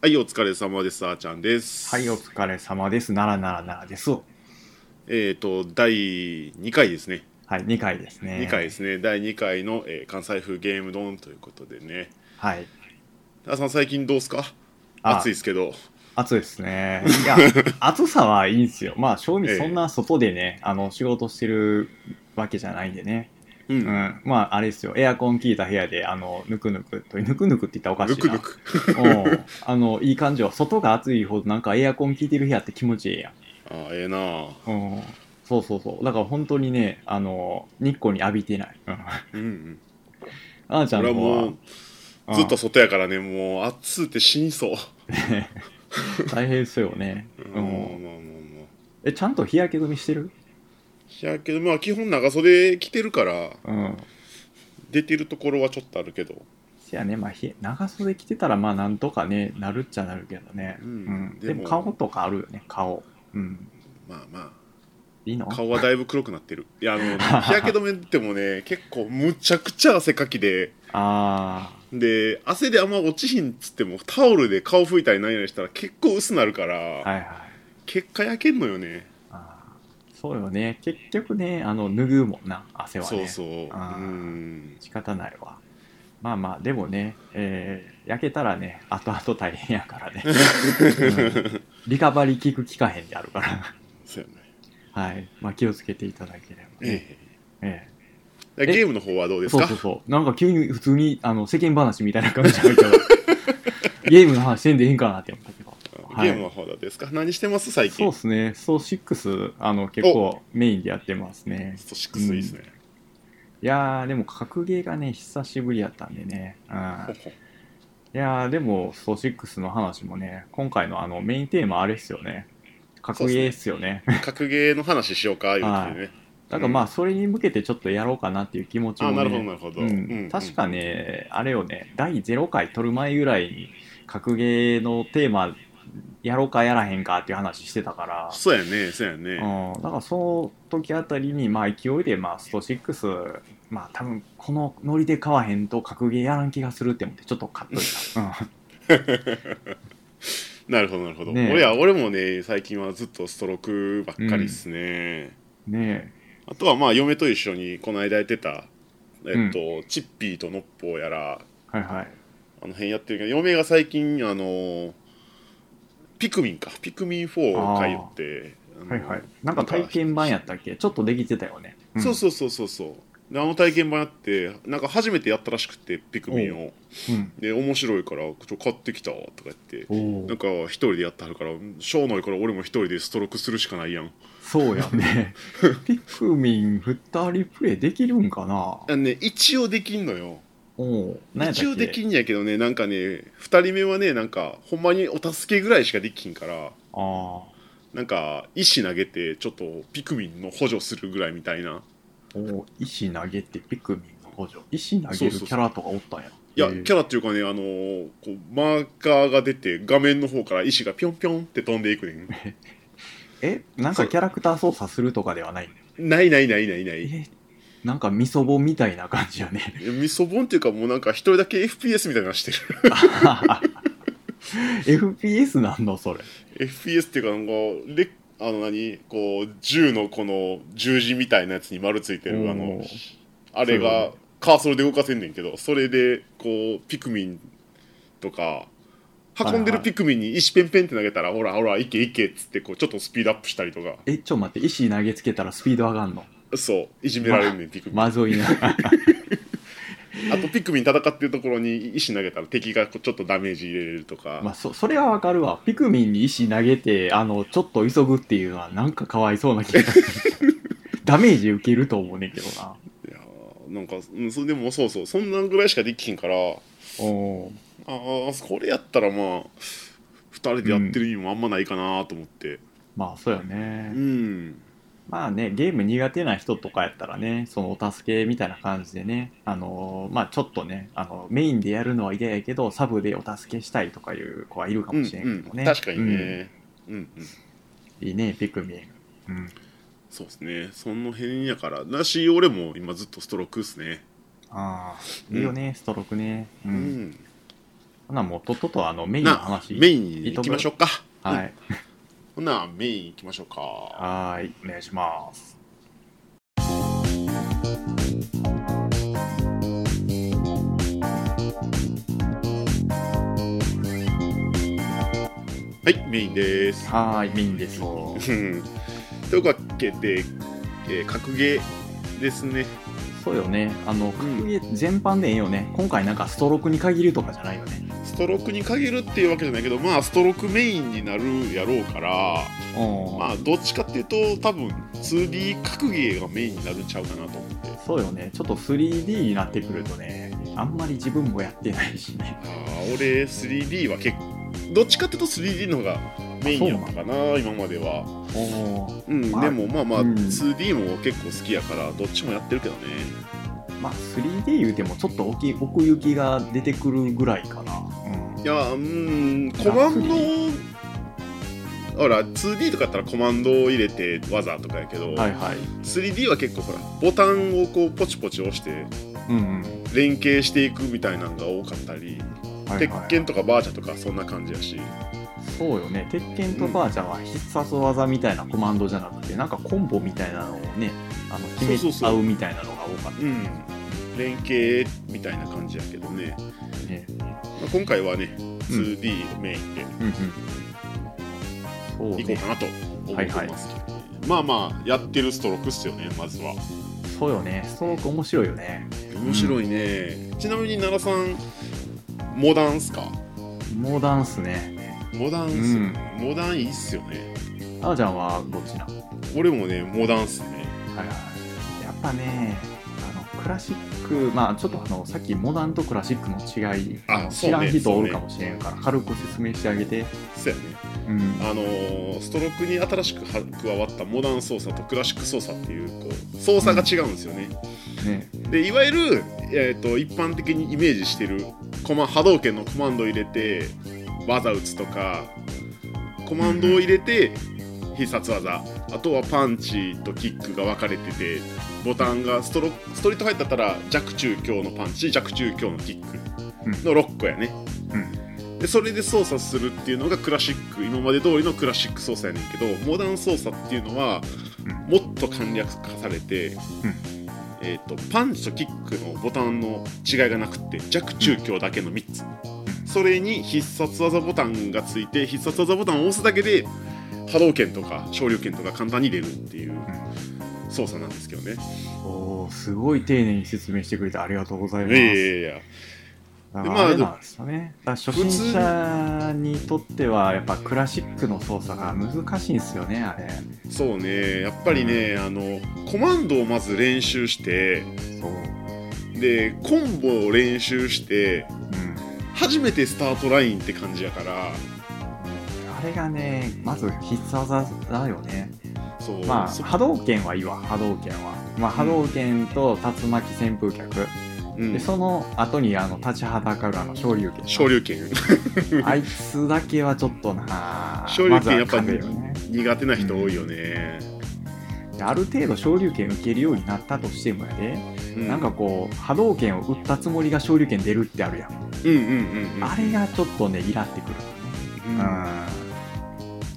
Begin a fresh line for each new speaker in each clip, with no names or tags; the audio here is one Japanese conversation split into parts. はい、お疲れ様です。あーちゃんです。
はい、お疲れ様です。ならならならです。は
えっ、と、第2回ですね。
い、2回ですね。
2回ですね。第2回の、えー関西風ゲーム丼ということでね。
はい。
あさん、最近どうすか
あ
暑いですけど。
暑いで すね。いや、暑さはいいんですよ。まあ、正味そんな外でね、あの、仕事してるわけじゃないんでね。
う。
うんん。まあ、あれですよ。エアコン効いた部屋で、あの、ぬくぬくと、ぬくぬくって言ったらおかしい
ぬ
な。
くぬく。
うん。あの、いい感じよ。外が暑いほど、なんかエアコン効いてる部屋って気持ちいいやん。
あーええなあ
うん。そうそうそう。だから本当にね、あの、日光に浴びてない。うん。あ
うんうん。
ーちゃん
俺は
の方は
もう、ずっと外やからね、もう、暑うて死にそう。
大変ですよね。
うん、
う
まあまあ
ん、
まあまあ。
え、ちゃんと日焼け止めしてる
いやけど、まあ、基本長袖着てるから、
うん。
出てるところはちょっとあるけど。
せやね、まあ、日長袖着てたら、まあ、なんとかね、なるっちゃなるけどね。
う
うんん。
で
で
も
も、顔とかあるよね、顔。うん。
まあま
いいの
あ、顔はだいぶ黒くなってる。いや、あの、 日焼け止めってもね、結構、むちゃくちゃ汗かきで、
あ
で汗であんま落ちひんっつってもタオルで顔拭いたりなんやりしたら結構薄なるから、
あ、はいはい。
結果焼けんのよね
あーそうよね。結局ね、あの、拭うもんな、汗はね。
そうそうう
あー
ん
仕方ないわ。まあまあ、でもね、えー焼けたらね、後々大変やか らね。うんリカバリー効く効かへんであるから。
そうやね
はい。まあ、気をつけていただければね。
ええ
え
ゲームの方はどう
え、
です
そう
か
そうそう。なんか急に普通にあの世間話みたいな感じに なっちゃうゲームの話せんでいいんかなって思ったけど。はい
ゲームの方はですか、何してます最
そ
近そ
うですね。そう6、あの、結構メインでやってますね。
うシックスいいですね、
いやー、でも格ゲーがね、久しぶりやったんでね。うん。
ほほ
いやー、でも、ソー6の話もね、今回のあの、メインテーマあれっすよね。格ゲーっすよね。
格ゲーの話しようかいうことでね
だからまあ、それに向けてちょっとやろうかなっていう気持ちも、
あ
ね。
なるほどなるほど、
うん
うん
確かね、あれよね、第0回撮る前ぐらいに、格ゲーのテーマ、やろうかやらへんかっていう話してたから、
そうやねそうやね、
うん、だからその時あたりに、まあ勢いで、まあ、スト6、まあ多分このノリで買わへんと格ゲーやらん気がするって思って、ちょっと買っといた。 うん、
なるほどなるほど、
ねえ
俺や俺もね最近はずっとストロークばっかりっすね、
ね
あとはまあ嫁と一緒にこの間やってた、えっとチッピーとノッポーやら
え、はいはい。
あの辺やってるけど嫁が最近あのーピクミンかピクミン4を買い寄ってあの
はいはい。なんか体験版やったっけちょっとできてたよね。
そうそうそうそうそうであの体験版やってなんか初めてやったらしくてピクミンを
うん。
で面白いからちょっと買ってきたわとか言って
うん、おお
なん。か一人でやってはるから小の頃俺も一人でストロークするしかないやん
そうや ね。ピクミン2人プレイできるんかな
あのね一応できんのよ
おお。何やっ
一
たっけ
応できんやけどねなんかね2人目はねなんかほんまにお助けぐらいしかできひんから
ああ。
なんか石投げてちょっとピクミンの補助するぐらいみたいな
おお。石投げってピクミンの補助。石投げるキャラとかおったんや。
いや
へえ
キャラっていうかねあのーこうマーカーが出て画面の方から石がピョンピョンって飛んでいくねん
え、なんかキャラクター操作するとかではない
ないないないないない
え、なんかみそぼみたいな感じやね。
みそぼんっていうかもうなんか一人だけ FPS みたいなのしてる
FPS なんのそれ。
FPS っていうかなんかレあの何こう銃のこの十字みたいなやつに丸ついてるあの
おお
あれ
そう
が
だね
カーソルで動かせんねんけどそれでこうピクミンとか運んで
は
る
いはい
ピクミンに石ペンペンって投げたら、ほらほらいけいけっつってこうちょっとスピードアップしたりとか
え、ちょ待って、石投げつけたらスピード上がんの。
そういじめられんねん、ピクミンあ
まずいな。
とピクミン戦ってるところに石投げたら敵がこうちょっとダメージ入れれるとか、
まあ、そそれはわかるわピクミンに石投げてあのちょっと急ぐっていうのはなんかかわいそうな気がするダメージ受けると思うねんけどない
やーなんか、うん、それでもそうそうそんなんぐらいしかできひんからあ
おー
ーこれやったらまあ2人でやってる意味もあんまないかなと思って
まあそうよ
う
ね、
ん
まあねゲーム苦手な人とかやったらねそのお助けみたいな感じでねあのーまあちょっとねあのメインでやるのは嫌やけどサブでお助けしたいとかいう子はいるか
うん
もしれんけど
う
ね、
ん、確かにね、うんうん
うん、いいねピクミン、うん、
そうですね。その辺やから。だし、俺も今ずっとストロークっすね。
ああいいよね、ストロークねう
うんん。
ほなもうとっととあのメインの
な
話
メインに行きましょうか
は
うん
い
ほなメイン行きましょうか
はーいお願いします
はいメインです
はーいメインです
うんというわけで、えー格ゲーですね
そうよねあの格ゲー全般でええよね今回なんかストロークに限るとかじゃないよね
ストロークに限るっていうわけじゃないけどまあストロークメインになるやろうから
うん、
まあどっちかっていうと多分 2D 格ゲーがメインになるんちゃうかなと思って
そうよねちょっと 3D になってくるとねあんまり自分もやってないしね
あー俺 3D は結構どっちかっていうと 3D の方がメインやったかな今までは
おお
うん、
まあ
でもまあまあ、
うん
2D も結構好きやからどっちもやってるけどね
まあ 3D 言うてもちょっと大きい奥行きが出てくるぐらいかな、
いやうんコマンドほら 2D とかやったらコマンドを入れて技とかやけど、
うん、はいはい
3D は結構ほらボタンをこうポチポチ押して
うん
連携していくみたいなのが多かったり、
うんはいは
鉄
い
拳とかバーチャとかそんな感じやし
そうよね鉄拳とバーチャは必殺技みたいなコマンドじゃなくてなんかコンボみたいなのをねあの決め
そうそう
ち
そ
ゃ
う
うみたいなのが多かっ
うん連携みたいな感じやけどね、
たね
まあ、今回はね 2D メインで
うんうん
い
そう
こう
ね
かなと思ってますけど、まあまあやってるストロークっすよねまずは
そうよねストローク面白いよね
面白いね、ちなみに奈良さんモダンっすか
モダンっすね
モダンっすよね、モダンいいっすよね
あーちゃんはどっちなの
俺もねモダンっすね
はいはい、やっぱねあのクラシックまあちょっとあのさっきモダンとクラシックの違い
あ
の
そう
知
ね
らん人おるかもしれんから、軽く説明してあげて、
そうやね
うん、
あのーストロークに新しくは加わったモダン操作とクラシック操作っていうこう操作が違うんですよね、
ね
でいわゆる、えー、と一般的にイメージしてるコマ波動拳のコマンドを入れて技打つとかコマンドを入れて必殺技あとはパンチとキックが分かれててボタンがストロストリートファイターだったら弱中強のパンチ弱中強のキックの6個やね
うん
でそれで操作するっていうのがクラシック今まで通りのクラシック操作やねんけどモダン操作っていうのはもっと簡略化されて、えー、とパンチとキックのボタンの違いがなくって弱中強だけの3つそれに必殺技ボタンがついて必殺技ボタンを押すだけで波動拳とか昇竜拳とか簡単に出るっていう操作なんですけどね。
おーすごい丁寧に説明してくれてありがとうござい
い
ま
や
す。
いやいや
あ
で
の
まあ
あれなんですよね。だから初心者にとってはやっぱクラシックの操作が難しいんですよねあれ。
そうねやっぱりね、あのコマンドをまず練習して
そう。
でコンボを練習して
うん
初めてスタートラインって感じやから
あれがねまず必殺技だよね。
そう、
まあ、
そ
波動拳はいいわ波動拳は、まあ、波動拳と竜巻旋風脚、
うん
でその後にあの立ちはだかるあの昇竜拳
昇竜拳
あいつだけはちょっとな
昇竜拳やっぱ
まずは風よね
苦手な人多いよね、
である程度昇竜拳受けるようになったとしてもやで、
う
なんかこう波動拳を打ったつもりが昇竜拳出るってあるやん、
うんうんうんうん
あれがちょっとねイラってくるよね
うん
うんだか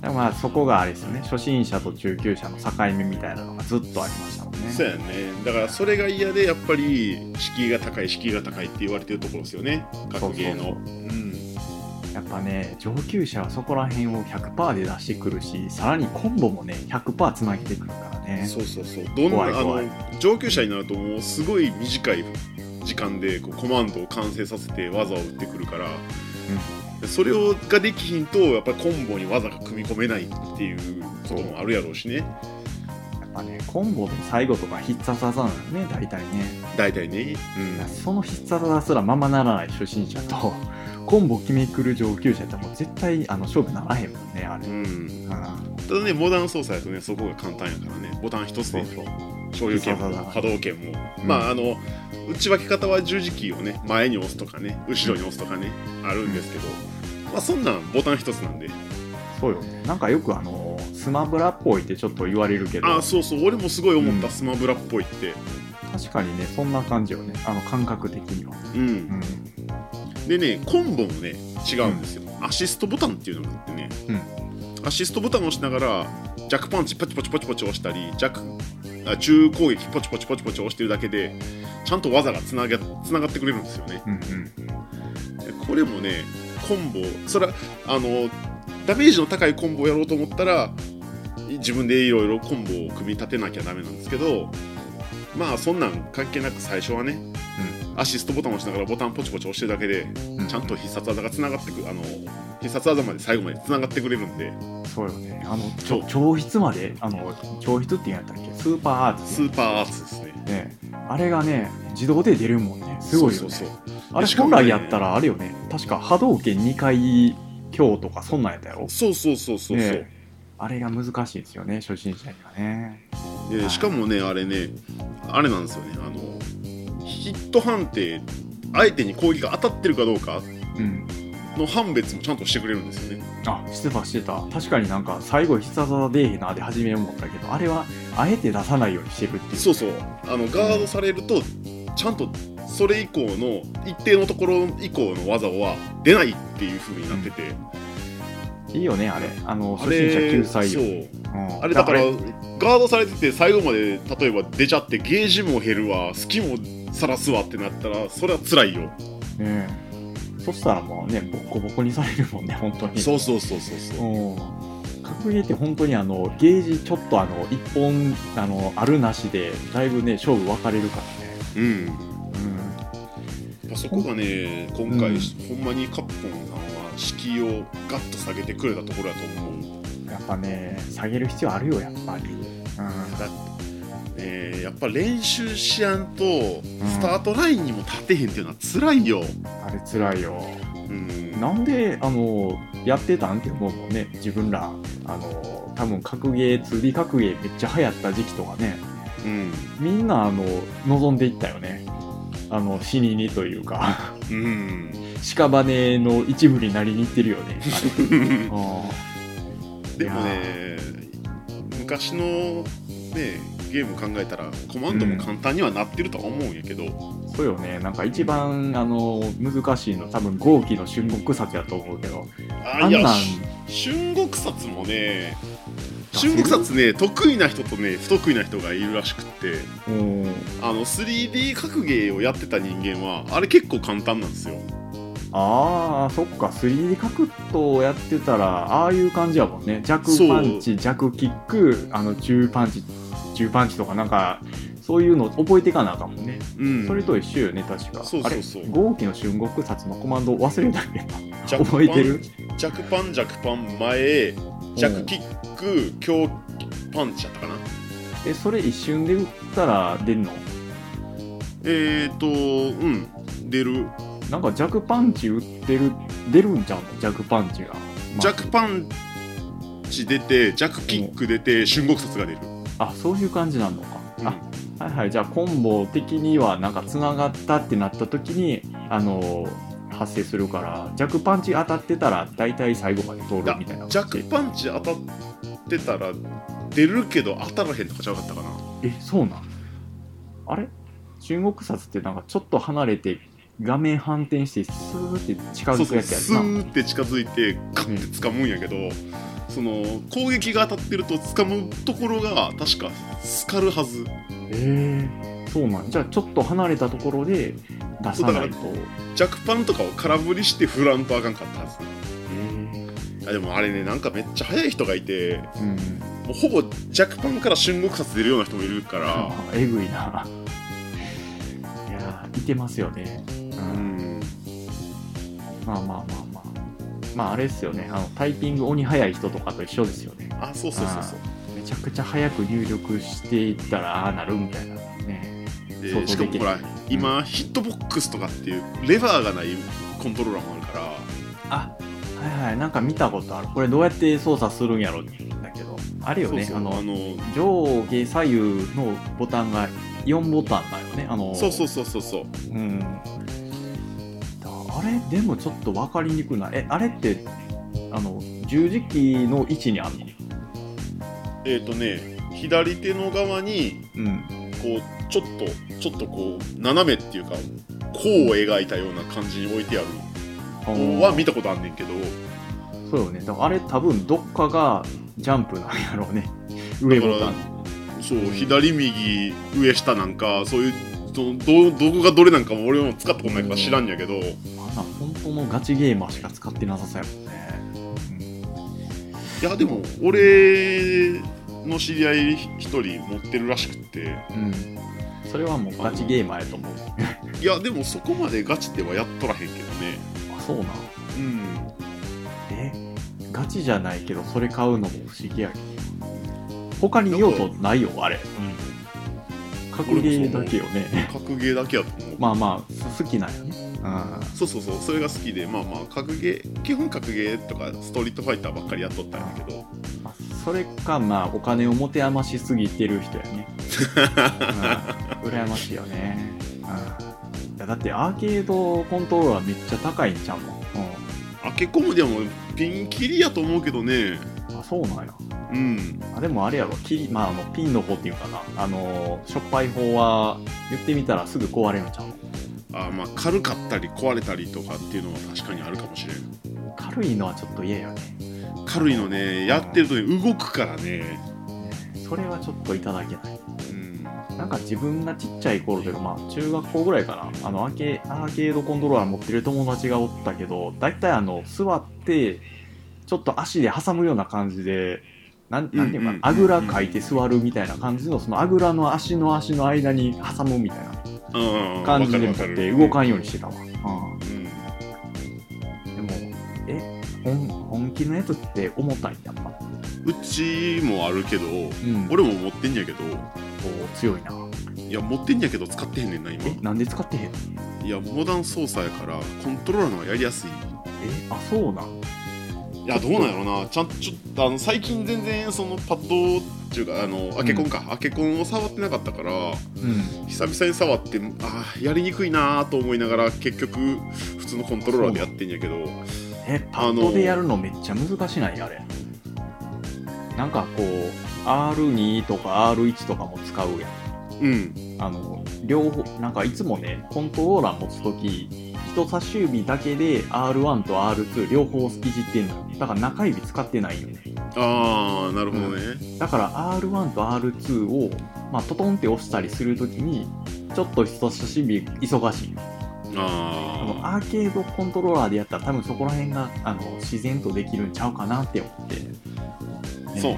らまあそこがあれですよね初心者と中級者の境目みたいなのがずっとありましたもんね
そうやねだからそれが嫌でやっぱり敷居が高い敷居が高いって言われてるところですよね格ゲーの
そううそ
ん
やっぱね上級者はそこら辺を100%で出してくるしさらにコンボもね100%つなげてくるからね
そうそうそうどんな
怖い怖い
あの上級者になるともうすごい短い時間でこうコマンドを完成させて技を打ってくるから、でそれをができひんとやっぱりコンボに技が組み込めないっていうこともあるやろうしね
やっぱねコンボの最後とか必殺技なのね大体ね
大体ね、
その必殺技すらままならない初心者と コンボ決めくる上級者ってもう絶対あの勝負ならへんもんねあれ、
う
う
んう
ん
ん、ただねモダン操作やとねそこが簡単やからねボタン一つ
そ
で
うそう
所有権
そう
も
そうそう
波動拳も、
うん
まああの内分け方は十字キーをね前に押すとかね後ろに押すとかね、あるんですけど、まあそんなんボタン一つなんで
そうよねなんかよくあのスマブラっぽいってちょっと言われるけど
ああそうそう俺もすごい思った、
うん
スマブラっぽいって
確かにねそんな感じよねあの感覚的には
うん、
うん
でねコンボもね違うんですよ、アシストボタンっていうのがあってね、アシストボタンを押しながらジャックパンチパチパチパチパチ押したりジャックあ中攻撃ポチポチポチポチ押してるだけでちゃんと技がつながつながってくれるんですよね
うんうん
でこれもねコンボそれはあのダメージの高いコンボをやろうと思ったら自分でいろいろコンボを組み立てなきゃダメなんですけどまあそんなん関係なく最初はね、アシストボタンを押しながらボタンポチポチ押してるだけで
うん
ちゃんと必殺技がつながってくあの必殺技まで最後までつながってくれるんで
そうよねあのち
そ
ょ
う
教室まであの教室って言うんやったっけスーパーアーツ
スーパーアーツですね
ねあれがね自動で出るもんねすごいよ
そ
ね
うそうそう
あれ
しかも
本
ね
来やったらあれよね確か波動拳2回強とかそんなんやったやろ
そうそうそうそうそう、
ねあれが難しいですよね初心者にはね
でしかもねあれねあれなんですよねあのヒット判定相手に攻撃が当たってるかどうか
うん
の判別もちゃんとしてくれるんですよね
あしてたしてた確かになんか最後必殺技出えへんなで初め思ったけどあれはあえて出さないようにしてるっていう
そうそうあのガードされるとちゃんとそれ以降の一定のところ以降の技は出ないっていう風になってて、
いいよねあれあの
あ
初心者
れ
救済
そ
よ、
う
うん
あれだから
あ
ガ
れ
ードされてて最後まで例えば出ちゃってゲージも減るわ好きもさらすわってなったらそれは辛いよ
ねえそしたらもうねボッコボコにされるもんね本当に
うそうそうそうそう
うん格ゲーって本当にあのゲージちょっとあの一本あのあるなしでだいぶね勝負分かれるからね
うん
うん
やっぱそこがね今回、
うん
ほんまにカッポンさんは敷居をガッと下げてくれたところだと思う、
やっぱね下げる必要あるよやっぱりう
えーやっぱ練習しやんとスタートラインにも立てへんっていうのは辛いよ、
んあれつらいよ
うん、
なんであのやってたんって思うもんね自分らあの多分格ゲー 2D 格ゲーめっちゃ流行った時期とかね
うん
みんなあの望んでいったよねあの死ににというか
うん
屍の一部になりにいってるよねあれ うん
でもね昔のねゲーム考えたらコマンドも簡単にはなってるとは思うんやけど、
そうよね、なんか一番あの難しいの、多分豪気の春国殺やと思うけど、
あ
あ
い
ん
や
なん
し春国殺もね
出せ
春
る
国殺ね得意な人とね不得意な人がいるらしくって
うん
あの 3D 格ゲーをやってた人間はあれ結構簡単なんですよ
ああ、そっか、3D 格闘やってたら、ああいう感じやもんね、弱パンチ、弱キック、あの中パンチ、中パンチとか、なんか、そういうの覚えていかなあかんもんね、
うん
それと一緒よね、確か。
そうそうそう
あれ、豪気の春国殺のコマンド忘れたけど、
弱パン
覚えてる
弱パン弱パン前弱キック強パンチやったかな
え、それ一瞬で打ったら出んの
えーとうん出る
なんか弱パンチ打ってる、出るんちゃうの弱パンチが。まあ
弱パンチ出て弱キック出て春国殺が出る
あそういう感じなのか、
うん
あはいはいじゃあコンボ的にはなんかつながったってなった時にあのー発生するから弱パンチ当たってたら大体最後まで通るみたいな
弱
ン
パンチ当たってたら出るけど当たらへんとかちゃうかったかな
えそうなんあれ中国札ってなんかちょっと離れて画面反転してスーって近
そう
づく
そう
やつや
ス
つな
ーって近づいてガッて掴むんやけど、その攻撃が当たってると掴むところが確かスカるはず
えー、そうなんじゃあちょっと離れたところで出さないと
弱パンとかを空振りして振らんとあかんかったはず
え
あでもあれねなんかめっちゃ速い人がいて
ーうん
もうほぼ弱パンから瞬国殺出るような人もいるから
あえぐいな。いやー、いてますよね。
う
うん
ん
まあまあまあまあ。まああれですよね。あのタイピング鬼早い人とかと一緒ですよね。
あそうそうそうそう
めちゃくちゃ早く入力していったらああなるみたいなね。想
で
像
しかも
でき
ほ
な
ら
い
今ヒットボックスとかっていうレバーがないコントローラーもあるから
あはいはい。なんか見たことある。これどうやって操作するんやろって言うんだけど。あれよね。
そうそう
あの
あの
上下左右のボタンが4ボタンだよね。あの
そうそうそうそうそう
うん、あれでもちょっと分かりにくいなえあれってあの十字キーの位置にあるの、
えっ、とね左手の側に
うん、
こうちょっとちょっとこう斜めっていうか弧を描いたような感じに置いてあるは見たことあんねんけど
そうよねだからあれ多分どっかがジャンプなんやろうね上ボタン
そう左右上下なんかそういうどどどこがどれなんかも俺も使ったことないから知らんやけど、
あんな本当のガチゲーマーしか使ってなさそうやもんね
いやでも俺の知り合い一人持ってるらしくって
うんそれはもうガチゲーマーやと思う
いやでもそこまでガチではやっとらへんけどね
あそうなん
うん
えガチじゃないけどそれ買うのも不思議やけど他に用途ないよあれ、格ゲーだけよね
格ゲーだけやと思う、
まあまあす好きなんやねうん
そうそうそうそれが好きでまあまあ格ゲー基本格ゲーとかストリートファイターばっかりやっとったんやけど
まあそれかまあお金を持て余しすぎてる人やね、 うん、羨ましいよね、うん、いやだってアーケードコントローラーめっちゃ高いんちゃうもん、
アケコムでもピンキリやと思うけどね
うん、あそうなんや
うん
あでもあれやろキリ、まあ、あのピンの方っていうかなあのしょっぱい方は言ってみたらすぐ壊れるんちゃう
あーまあ軽かったり壊れたりとかっていうのは確かにあるかもしれん
軽いのはちょっと嫌やね
軽いのねやってるとね動くからね
それはちょっといただけない
うん
なんか自分がちっちゃい頃というか、まあ、中学校ぐらいかなあのアーケアーケードコントローラー持ってる友達がおったけど大体あの座ってちょっと足で挟むような感じでなんなんていう
うんうんう
か
んうん
あぐらかいて座るみたいな感じのそのあぐらの足の足の間に挟むみたい
うん
な感じで持
わ
っ
かるわ
て
る
動かんようにしてたわ、うん
うん
でもえ本本気のやつって重たいんやっぱ、
うちもあるけど
うん、
俺も持ってんやけど
お強いない
や持ってんやけど使ってへんねんな今
えなんで使ってへんの
いやモダン操作やからコントローラーの方がやりやすい
えあそうなん
いやどうなんやろなちゃんちょっとあの最近全然そのパッドっていうかあのアケコンか、アケコンを触ってなかったから
うん
久々に触ってあーやりにくいなーと思いながら結局普通のコントローラーでやってんやけど
えパッドでやるのめっちゃ難しないあれなんかこう R2 とか R1 とかも使うやん
うん
あの両方なんかいつもねコントローラー持つ時人差し指だけで R1 と R2 両方いじってんのよだから中指使ってないよね
ああなるほどね、
だから R1 と R2 を、まあ、トトンって押したりするときにちょっと人差し指忙しい多分
あ
アーケードコントローラーでやったら多分そこら辺があの自然とできるんちゃうかなって思って、
あそうね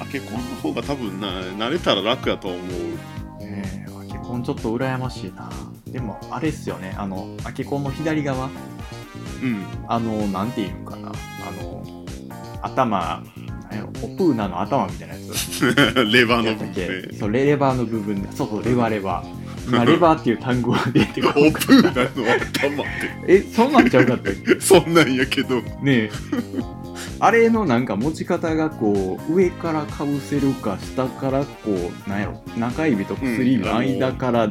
アケコンの方が多分な慣れたら楽やと思う
ねえアケコンちょっと羨ましいなでもあれっすよねあのアケコンの左側
うん
あのなんていうんかなあの頭なんやろポプーナの頭みたいなやつ
レバーの
やった
部
っ
分
け
ね
そうレバーの部分でそうそうレバーレバー今レバーっていう単語が出て
オ
こなかっ
ープンなの頭った
えそうなんちゃうかったっけ
てそんなんやけど
ねえあれのなんか持ち方がこう上からかぶせるか下からこうなんやろ中指と薬指の間から、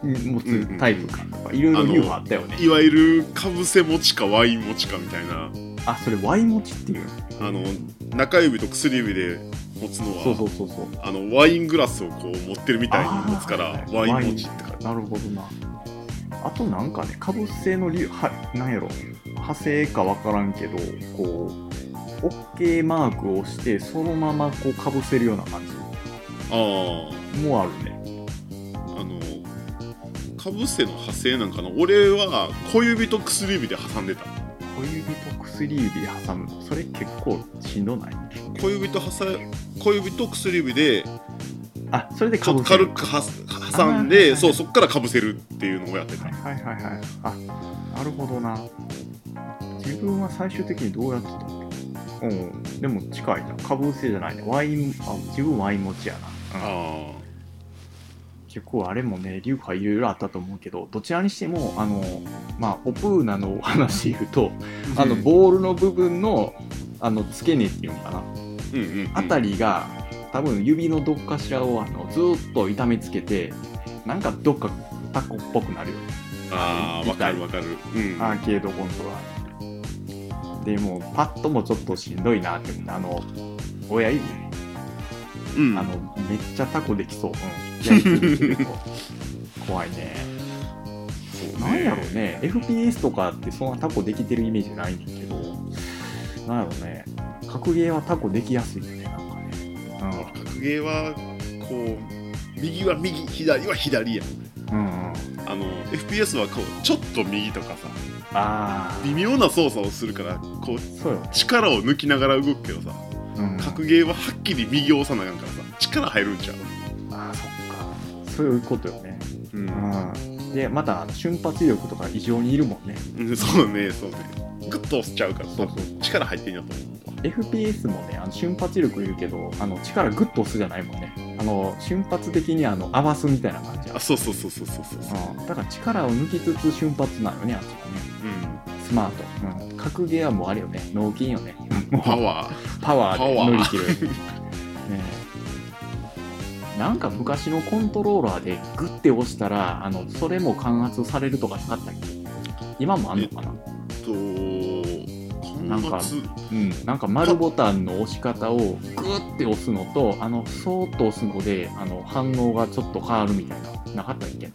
にに持つタイプかとかいろいろ流派あったよね
いわゆるかぶせ持ちかワイン持ちかみたいな
あそれ Y 持ちっていう
あの中指と薬指で持つのは
そうそうそうそう
あのワイングラスをこう持ってるみたいに持つから
あー
ワイン持ちってか
なるほどなあとなんかねかぶせの理由はなんやろ派生かわからんけどこう OK マークを押してそのままこうかぶせるような感
あー
じもあるね
あのかぶせの派生なんかな俺は小指と薬指で挟んでた
小指と薬指で挟むのそれ結構しんどない
小指と挟小指と薬指で
あそれで
ちょ
か
っ
ぶ
と
せる
軽くは挟んで
あー
そうそっからかぶせるっていうのをやってた
はいはいはいはいあなるほどな自分は最終的にどうやってたのうんでも近いなかぶせじゃないねワインあ自分ワイン持ちやな、うん
あ
結構あれもね流派いろいろあったと思うけどどちらにしてもあのまあオプーナのお話言うと
ー
あのボールの部分のあの付け根っていうのかな
うんうんうん
あたりが多分指のどっかしらをあのずーっと痛めつけてなんかどっかタコっぽくなるよ
ああわかるわかるうん
アーケードコントローラーでもうパッともちょっとしんどいなって思ってあの親指、
うん
あのめっ ちゃタコできそう、うん、やりすぎてると怖いね
そう
なんやろうね FPS とかってそんなタコできてるイメージないねんけどなんやろうね格ゲーはタコできやすいよねなんかね
格ゲーはこう右は右左は左やん
うんうんうん
あの FPS はこうちょっと右とかさ
ああ
微妙な操作をするからこう
そうよ、
力を抜きながら動くけどさ
うん、
格ゲーははっきり右を押さなあかんからさ力入るんちゃう、
ああそっかそういうことよね
うん
うんでまたあの瞬発力とか異常にいるもんね
うんそうねそうねグッと押しちゃうから
そうそう
力入ってんやと思うわ
FPS もねあの瞬発力いるけどあの力グッと押すじゃないもんねあの瞬発的にあの合わすみたいな感じや
あそうそうそうそうそうそうそう
うん、だから力を抜きつつ瞬発なのねあっちは
うん
ねスマート、うん、格ゲーはもうあれよね脳筋よねもう
パワー
パワー
パワ
で
ー
乗り切る、ねえ、なんか昔のコントローラーでグッて押したらあのそれも感圧されるとかなかったっけ今もあんのかな、
と
なんか
間伐
うん、なんか丸ボタンの押し方をグッて押すのとあのそーっと押すのであの反応がちょっと変わるみたいななかったっけ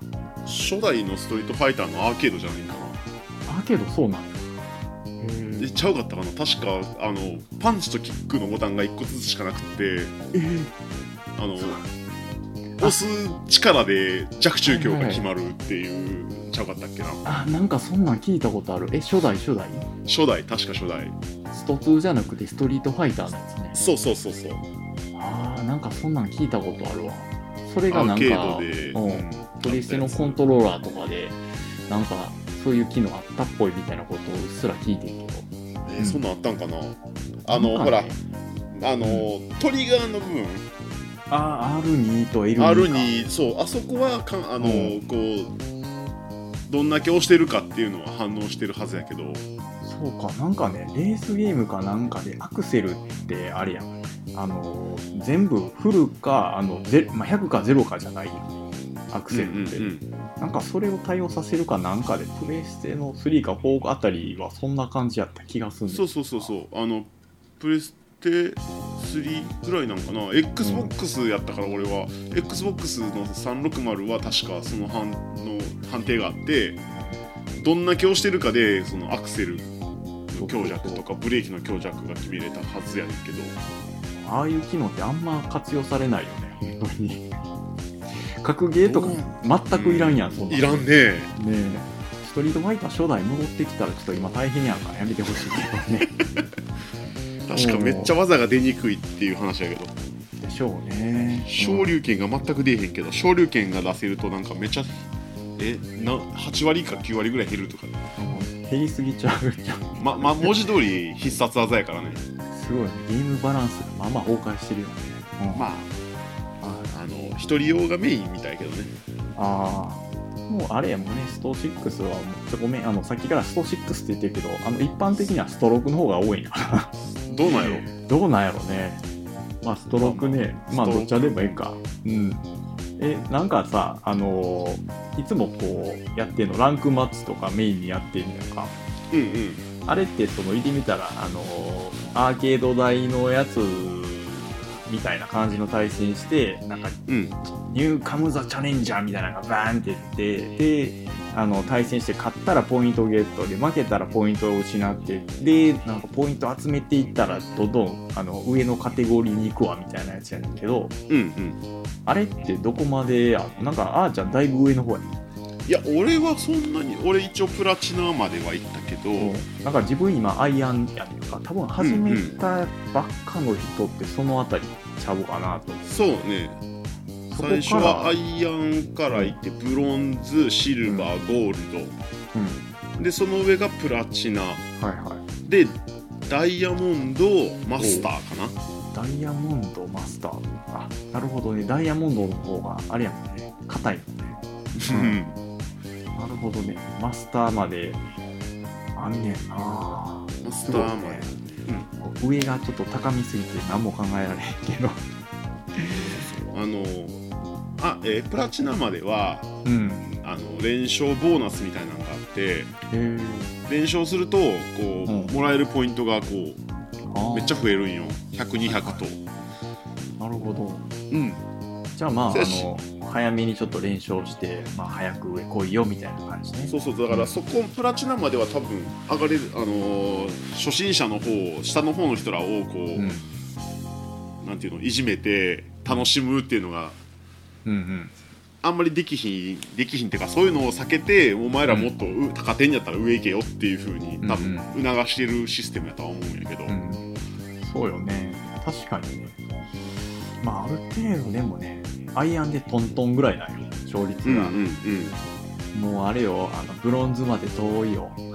初代のストリートファイターのアーケードじゃないかな
だけどそうなんだ
でちゃうかったかな確かあのパンチとキックのボタンが1個ずつしかなくって
えー
あの押す力で弱中強が決まるっていう、ちゃうかったっけな
あなんかそんなん聞いたことあるえ初代初代
初代確か初代
スト2じゃなくてストリートファイターのやつね
そうそうそうそう
あーなんかそんなん聞いたことあるわそれが
ア
な
ー
ん
ケ
か
ードで、
うんプレステのコントローラーとかでなんかそういう機能あったっぽいみたいなことをうっすら聞いてるけど
えーそんなんあったんかなあ
な
の
んか
ほら
ね
あのトリガーの部分
あ R2 と L2 か
R2 そうあそこはかんあの、
うん
こうどんだけ押してるかっていうのは反応してるはずやけど
そうかなんかねレースゲームかなんかでアクセルってあれやんあの全部フルかあのゼ、まあ、100か0かじゃないやんアクセルって、
うん
なんかそれを対応させるかなんかでプレイステの3か4あたりはそんな感じやった気がするん
うん、そうそうそうそうあのプレステ3ぐらいなんかな XBOX やったから俺は、XBOX の360は確かその判の判定があってどんな強してるかでそのアクセルの強弱とかブレーキの強弱が決めれたはずやねんけど
ああいう機能ってあんま活用されないよね本当に格ゲーとか全くいらんやん、そんなん
いらんねえ
ねえストリートファイター初代戻ってきたらちょっと今大変やんからやめてほしいけどね
確かめっちゃ技が出にくいっていう話やけど
でしょうね
昇竜拳が全く出えへんけど昇竜拳が出せるとなんかめっちゃえな8割か9割ぐらい減るとか、
うん減りすぎちゃうじゃん
まま、文字通り必殺技やからね
すごいねゲームバランスがまあまあ崩壊してるよね、うん
まあ
はい
あの一人用がメインみたいけどね
ああもうあれやもんねスト6はもうちょごめんあのさっきからスト6って言ってるけどあの一般的にはストロークの方が多いな
どうなんやろ
どうなんやろねまあストロークねま
ま
あ
あまあ
どっちでもいいかうんえなんかさあのーいつもこうやってんのランクマッチとかメインにやってんやんか
うんうん
あれってその入り見たらあのーアーケード台のやつみたいな感じの対戦してなんか
うん
ニューカム・ザ・チャレンジャーみたいなのがバーンって出てであの対戦して勝ったらポイントゲットで負けたらポイントを失ってでなんかポイント集めていったらどんどんあの上のカテゴリーに行くわみたいなやつやねんけど
うんうん
あれってどこまでやなんかあーちゃんだいぶ上の方やね
いや俺はそんなに俺一応プラチナまでは行ったけど、
なんか自分今アイアンやねんか多分始めたばっかの人ってそのあたりちゃうかなと
そうね
そこから
最初はアイアンから行ってブロンズシルバーゴールド、
うん
でその上がプラチナ
はいはい
でダイヤモンドマスターかな
ダイヤモンドマスターあなるほどねダイヤモンドの方があれやもんね硬いもんね
うん
なるほどね。マスターまであんねんな。
マスターまで、
す上がちょっと高みすぎて何も考えられへんけど。
あのあ、えープラチナまでは
うん。
あの連勝ボーナスみたいなのがあって
へ
連勝するとこう、
うん
もらえるポイントがこう
え。
めっちゃ
あ
増えるんよ100200と、
ーなるほど。
うん
じゃあまああ
そうやし
の早めにちょっと連勝して、まあ、早く上来いよみたいな感じね
そうそうだからそこプラチナまでは多分上がれる、あのー初心者の方下の方の人らをこう、
うん
なんていうのいじめて楽しむっていうのが
うん
あんまりできひんできひんっていうかそういうのを避けてお前らもっとう高点やったら上行けよっていうふうに多分促してるシステムやとは思うんやけど、
うんうんそうよね確かにねまあある程度でもねアイアンでトントンぐらいなんよ勝率
うん
が、
うん
もうあれよあのブロンズまで遠いよ
うんい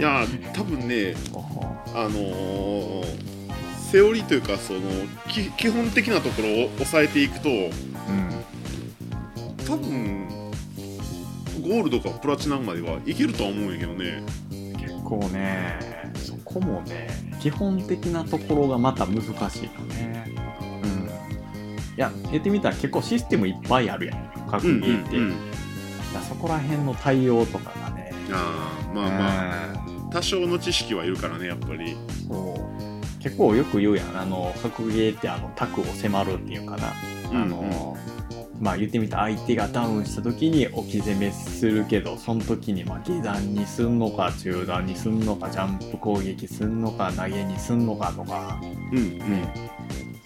やー多分ねあのーセオリーというかそのき基本的なところを抑えていくと
うん
多分ゴールドかプラチナまではいけるとは思うんやけどね
結構ねそこもね基本的なところがまた難しいよねうんいや言ってみたら結構システムいっぱいあるやん
う
格
ん
ゲ
うん
ーって、
うん
だからそこら辺の対応とかがね
あーまあまあ多少の知識はいるからねやっぱり
うんそう結構よく言うやんあの格ゲーってあのタクを迫るっていうかな、あのまあ言ってみたら相手がダウンした時に置き攻めするけどその時にまあ下段にすんのか中段にすんのかジャンプ攻撃すんのか投げにすんのかとか
うんうん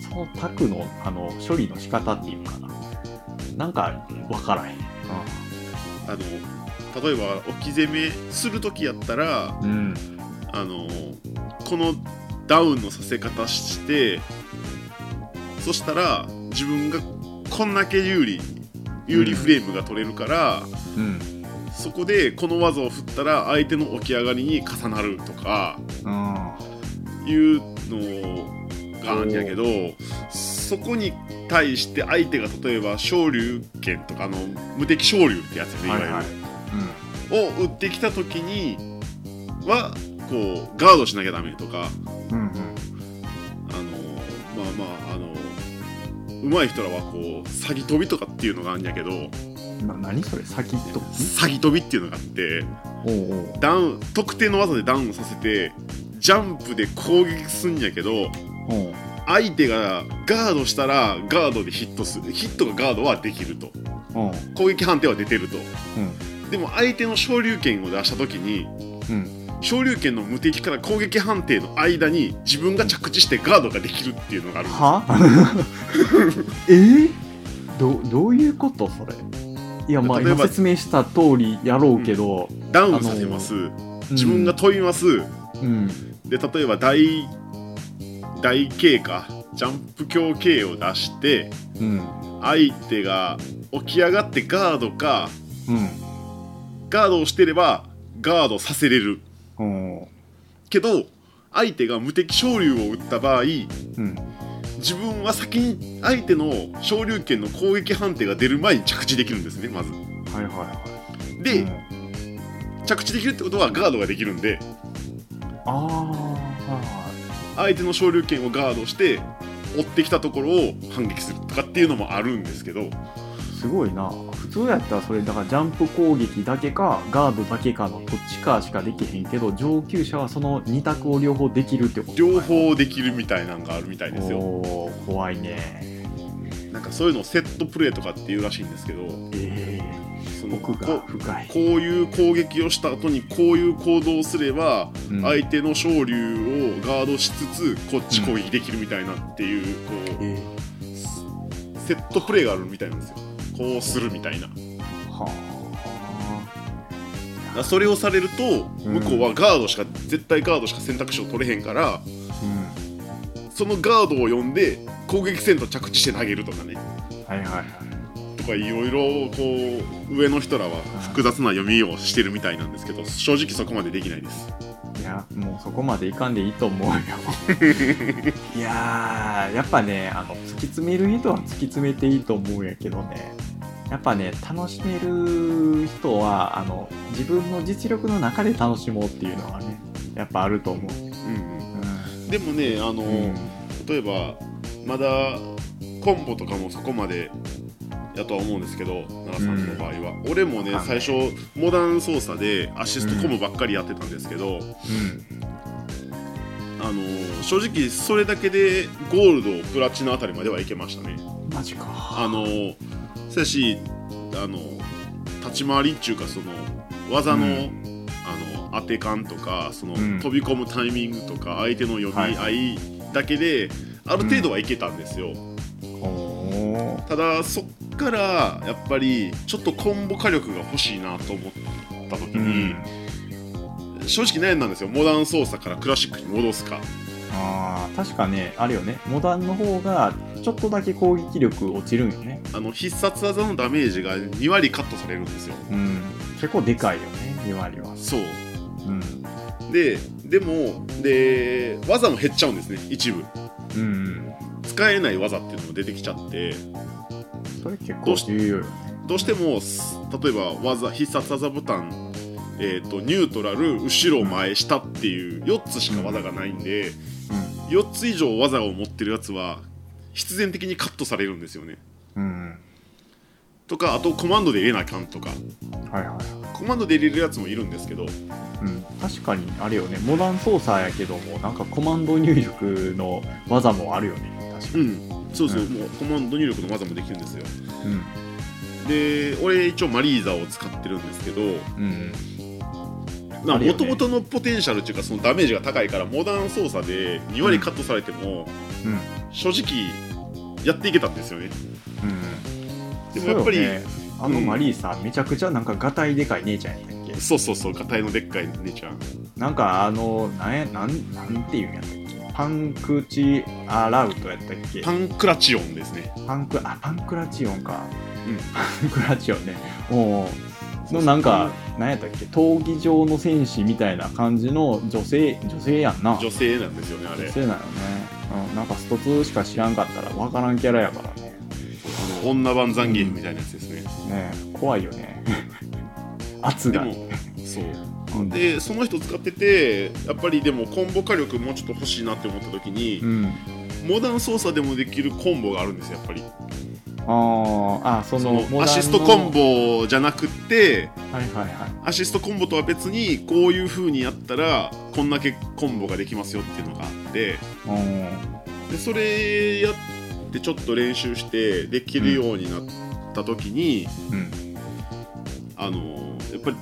そのタクのあの処理の仕方っていうかななんか分からへん、
あの例えば置き攻めする時やったら
うん、
あのこのダウンのさせ方してそしたら自分がこんだけ有利有利フレームが取れるから、
うん
そこでこの技を振ったら相手の起き上がりに重なるとかいうのがあるんやけどそこに対して相手が例えば昇竜拳とかあの無敵昇竜ってやつやねいわゆる。を打ってきた時にはこうガードしなきゃダメとか
うんうん
あのまあまああの上手い人らはこう詐欺飛びとかっていうのがあるんやけど
うんな何それ先っと
詐欺飛びっていうのがあって
おうおう
ダウン特定の技でダウンさせてジャンプで攻撃すんやけど
おう
相手がガードしたらガードでヒットするヒットがガードはできると
おう
攻撃判定は出てると
う
でも相手の昇竜拳を出した時に
んうん
昇竜拳の無敵から攻撃判定の間に自分が着地してガードができるっていうのがある
は えー、どどういうことそれいやまあ
例えば
今説明した通りやろうけど、
ダウンさせます、自分が飛びます
うん
で例えば大大 K かジャンプ強 K を出して
うん
相手が起き上がってガードか
うん
ガードをしてればガードさせれる
うんお
けど相手が無敵昇竜を打った場合
ううん
自分は先に相手の昇竜拳の攻撃判定が出る前に着地できるんですねまず。
はいはいは
で、
うん
着地できるってことはガードができるんで
ああはい
相手の昇竜拳をガードして追ってきたところを反撃するとかっていうのもあるんですけど
すごいな普通やったらそれだからジャンプ攻撃だけかガードだけかのどっちかしかできへんけど上級者はその2択を両方できるってこと
両方できるみたいなんがあるみたいですよ
おー怖いね
なんかそういうのをセットプレーとかっていうらしいんですけど
え
そ
え
の
奥が
こ
深い
こういう攻撃をした後にこういう行動をすれば
うん
相手の昇竜をガードしつつこっち攻撃できるみたいなっていうこ
え
うセットプレーがあるみたいなんですよこうするみたいな
えはあ
だからそれをされると
うん
向こうはガードしか、絶対ガードしか選択肢を取れへんから
うん
そのガードを呼んで攻撃せんと着地して投げるとかね
はいはいはい
とかいろいろこう上の人らは複雑な読みをしてるみたいなんですけど正直そこまでできないです
いやもうそこまでいかんでいいと思 うよいやーやっぱねあの突き詰める人は突き詰めていいと思うんやけどねやっぱね楽しめる人はあの自分の実力の中で楽しもうっていうのはねやっぱあると思う、
うん
う
うんでもねあの、
んうん
例えばまだコンボとかもそこまでやとは思うんですけど奈良さんの場合は、俺もね
わかんな
最
い
初モダン操作でアシストコムばっかりやってたんですけど、あのー正直それだけでゴールドプラチナあたりまではいけましたね
うんマジか
あのせやしあの立ち回りっていうかその技の,、
う
あの当て感とかその、
うん
飛び込むタイミングとか相手の読み
はい
合いだけで、ある程度はいけたんですよ、
おー
ただそっからやっぱりちょっとコンボ火力が欲しいなと思った時
う
に
ん、
正直悩んだんですよモダン操作からクラシックに戻すか
あー確かねあれよねモダンの方がちょっとだけ攻撃力落ちるんよね
あの必殺技のダメージが2割カットされるんですよ
うん結構でかいよね2割は
そう
うん
ででもで技も減っちゃうんですね一部
うん
使えない技っていうのも出てきちゃって
それ結
ど
構
うし
重要よね
どうしてもす例えば技必殺技ボタン、えー、とニュートラル後ろ前下っていう4つしか技がないんで4つ以上技を持ってるやつは必然的にカットされるんですよね
うん
とかあとコマンドで入れなあかんとか
うんはいはいは
コマンドで入れるやつもいるんですけど
い、うん、確かにあれよねモダン操作やけどもなんかコマンド入力の技もあるよね確か
う
に
んそうそう、
うん
もうコマンド入力の技もできるんですよ
うん
で俺一応マリーザを使ってるんですけど
うんあるよ
も
ね
ともとのポテンシャルっていうかそのダメージが高いからモダン操作で2割カットされても、
うんうん
正直やっていけたんですよねでも
そうよ
やっぱり
ね、あのマリーさ、めちゃくちゃなんかがたいでかい姉ちゃんやったっけ
そうそうそう硬いのでっかい姉ちゃん
なんかあのなんやなんなんていうんやったっけパンクチアラウトやったっけ
パンクラチオンですね
パンクあパンクラチオンか、
うん
パンクラチオンねおうおうのなんかなんやったっけ闘技場の戦士みたいな感じの女性女性やんな
女性なんですよねあれ
女性なのね、うん、なんかスト2しか知らんかったら分からんキャラやからね
あの女版残ゲームみたいなやつですね、
ねえ怖いよね 圧
で
が
もそう
うん
でその人使っててやっぱりでもコンボ火力もうちょっと欲しいなって思った時に、
うん
モダン操作でもできるコンボがあるんですよやっぱり
あーあそ
そ
のモ
の
ダ
ア
ンの
シストコンボじゃなくって
はいはいはい
アシストコンボとは別にこういう風にやったらこんだけコンボができますよっていうのがあって
うん
でそれやってちょっと練習してできるようになった時に、
うん
あのやっぱり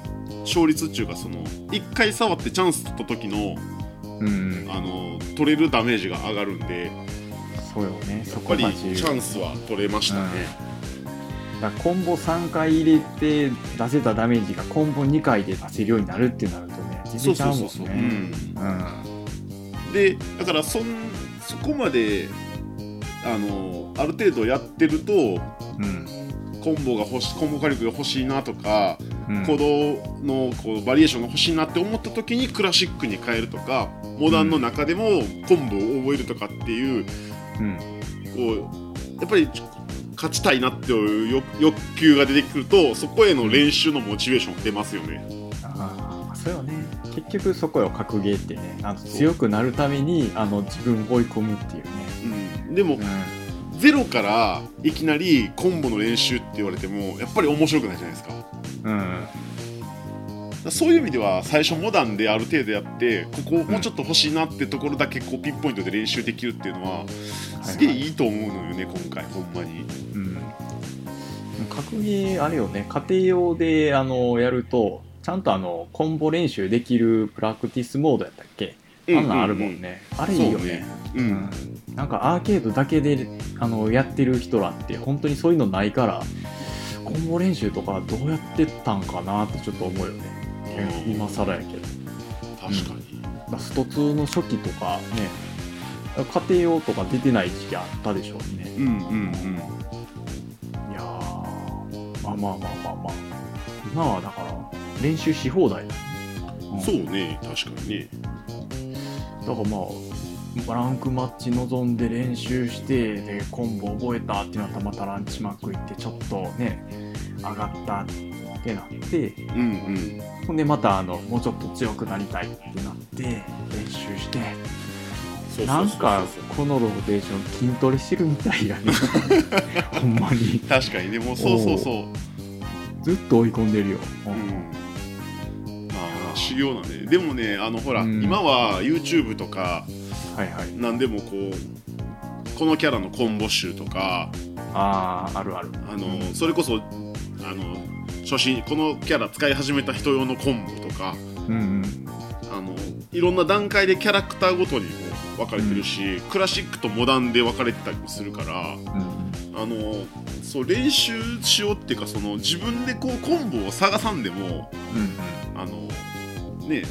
勝率っていうかその1回触ってチャンス取った時の
うん
あの取れるダメージが上がるんで
そうよね
や
そ
っ
こ
ぱり
が
チ
重要
ャンスは取れましたね、
だからコンボ3回入れて出せたダメージがコンボ2回で出せるようになるってなるとね全
そ
然
う
ち
そ
ゃ
うう
もん
そ
ね
うそう、
うん
うんでだからそんそこまであのある程度やってると
うん
コンボが欲しコンボ火力が欲しいなとか、
うん
行動のこうバリエーションが欲しいなって思った時にクラシックに変えるとかモダンの中でもコンボを覚えるとかっていう
うん
こうやっぱり勝ちたいなっていう欲欲求が出てくるとそこへの練習のモチベーションが出ますよね。
ああそうよね結局そこよ格ゲーってねあの強くなるためにあの自分を追い込むっていうね
うん、でも、
う
ゼロからいきなりコンボの練習って言われてもやっぱり面白くないじゃないですか。だか
ん、うん、
らそういう意味では最初モダンである程度やってここもうちょっと欲しいなってところだけこうピンポイントで練習できるっていうのはすげえいいと思うのよね今回ほんまに。
うん、格ゲーあれよね家庭用であのやるとちゃんとあのコンボ練習できるプラクティスモードやったっけ、あんなんあるもんね、あ
う
れ
ん。
い
そ
いよ
う
ね
ね。うん。
うんなんかアーケードだけであのやってる人らって本当にそういうのないからコンボ練習とかどうやってたんかなってちょっと思うよね、
うん
今更やけど、
確かに。
まあ、スト2の初期とかね家庭用とか出てない時期あったでしょうね
うんうんうん。
いやーまあまあまあまあまあ今はだから練習し放題だ、うん
そうね確かにね。
だからまあランクマッチ望んで練習してでコンボ覚えたってなったらまたランチマーク行ってちょっとね上がったってなって
うんうん。
ほんでまたあのもうちょっと強くなりたいってなって練習して
そうそうそうそう
なんかこのローテーション筋トレしてるみた いやねほんまに
確かにねもうそうそうそう。
ずっと追い込んでるよ、う
うんんまあ修行なんででもねあのほら、
うん
今は YouTube とか
はいはい
何でもこうこのキャラのコンボ集とか
あああるある
あのそれこそあの初心このキャラ使い始めた人用のコンボとか
うんうん
あのいろんな段階でキャラクターごとにこう分かれてるし、クラシックとモダンで分かれてたりもするから
うん
あのそう練習しようっていうかその自分でこうコンボを探さんでも
うん
あのね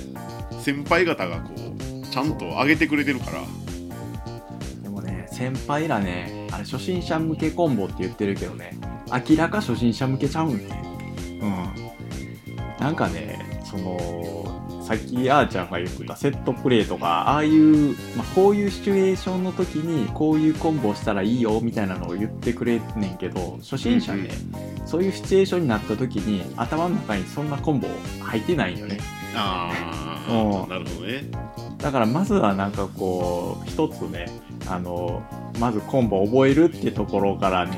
先輩方がこうちゃんと上げてくれてるから
でもね先輩らねあれ初心者向けコンボって言ってるけどね明らか初心者向けちゃうんねうんなんかねそのさっきあーちゃんが言ったセットプレーとかああいう、まあ、こういうシチュエーションの時にこういうコンボしたらいいよみたいなのを言ってくれんねんけど初心者ね、そういうシチュエーションになった時に頭の中にそんなコンボ入ってないんよね
あ
う
あ
ん
なるほどね
だからまずはなんかこう一つねあのまずコンボ覚えるってところからね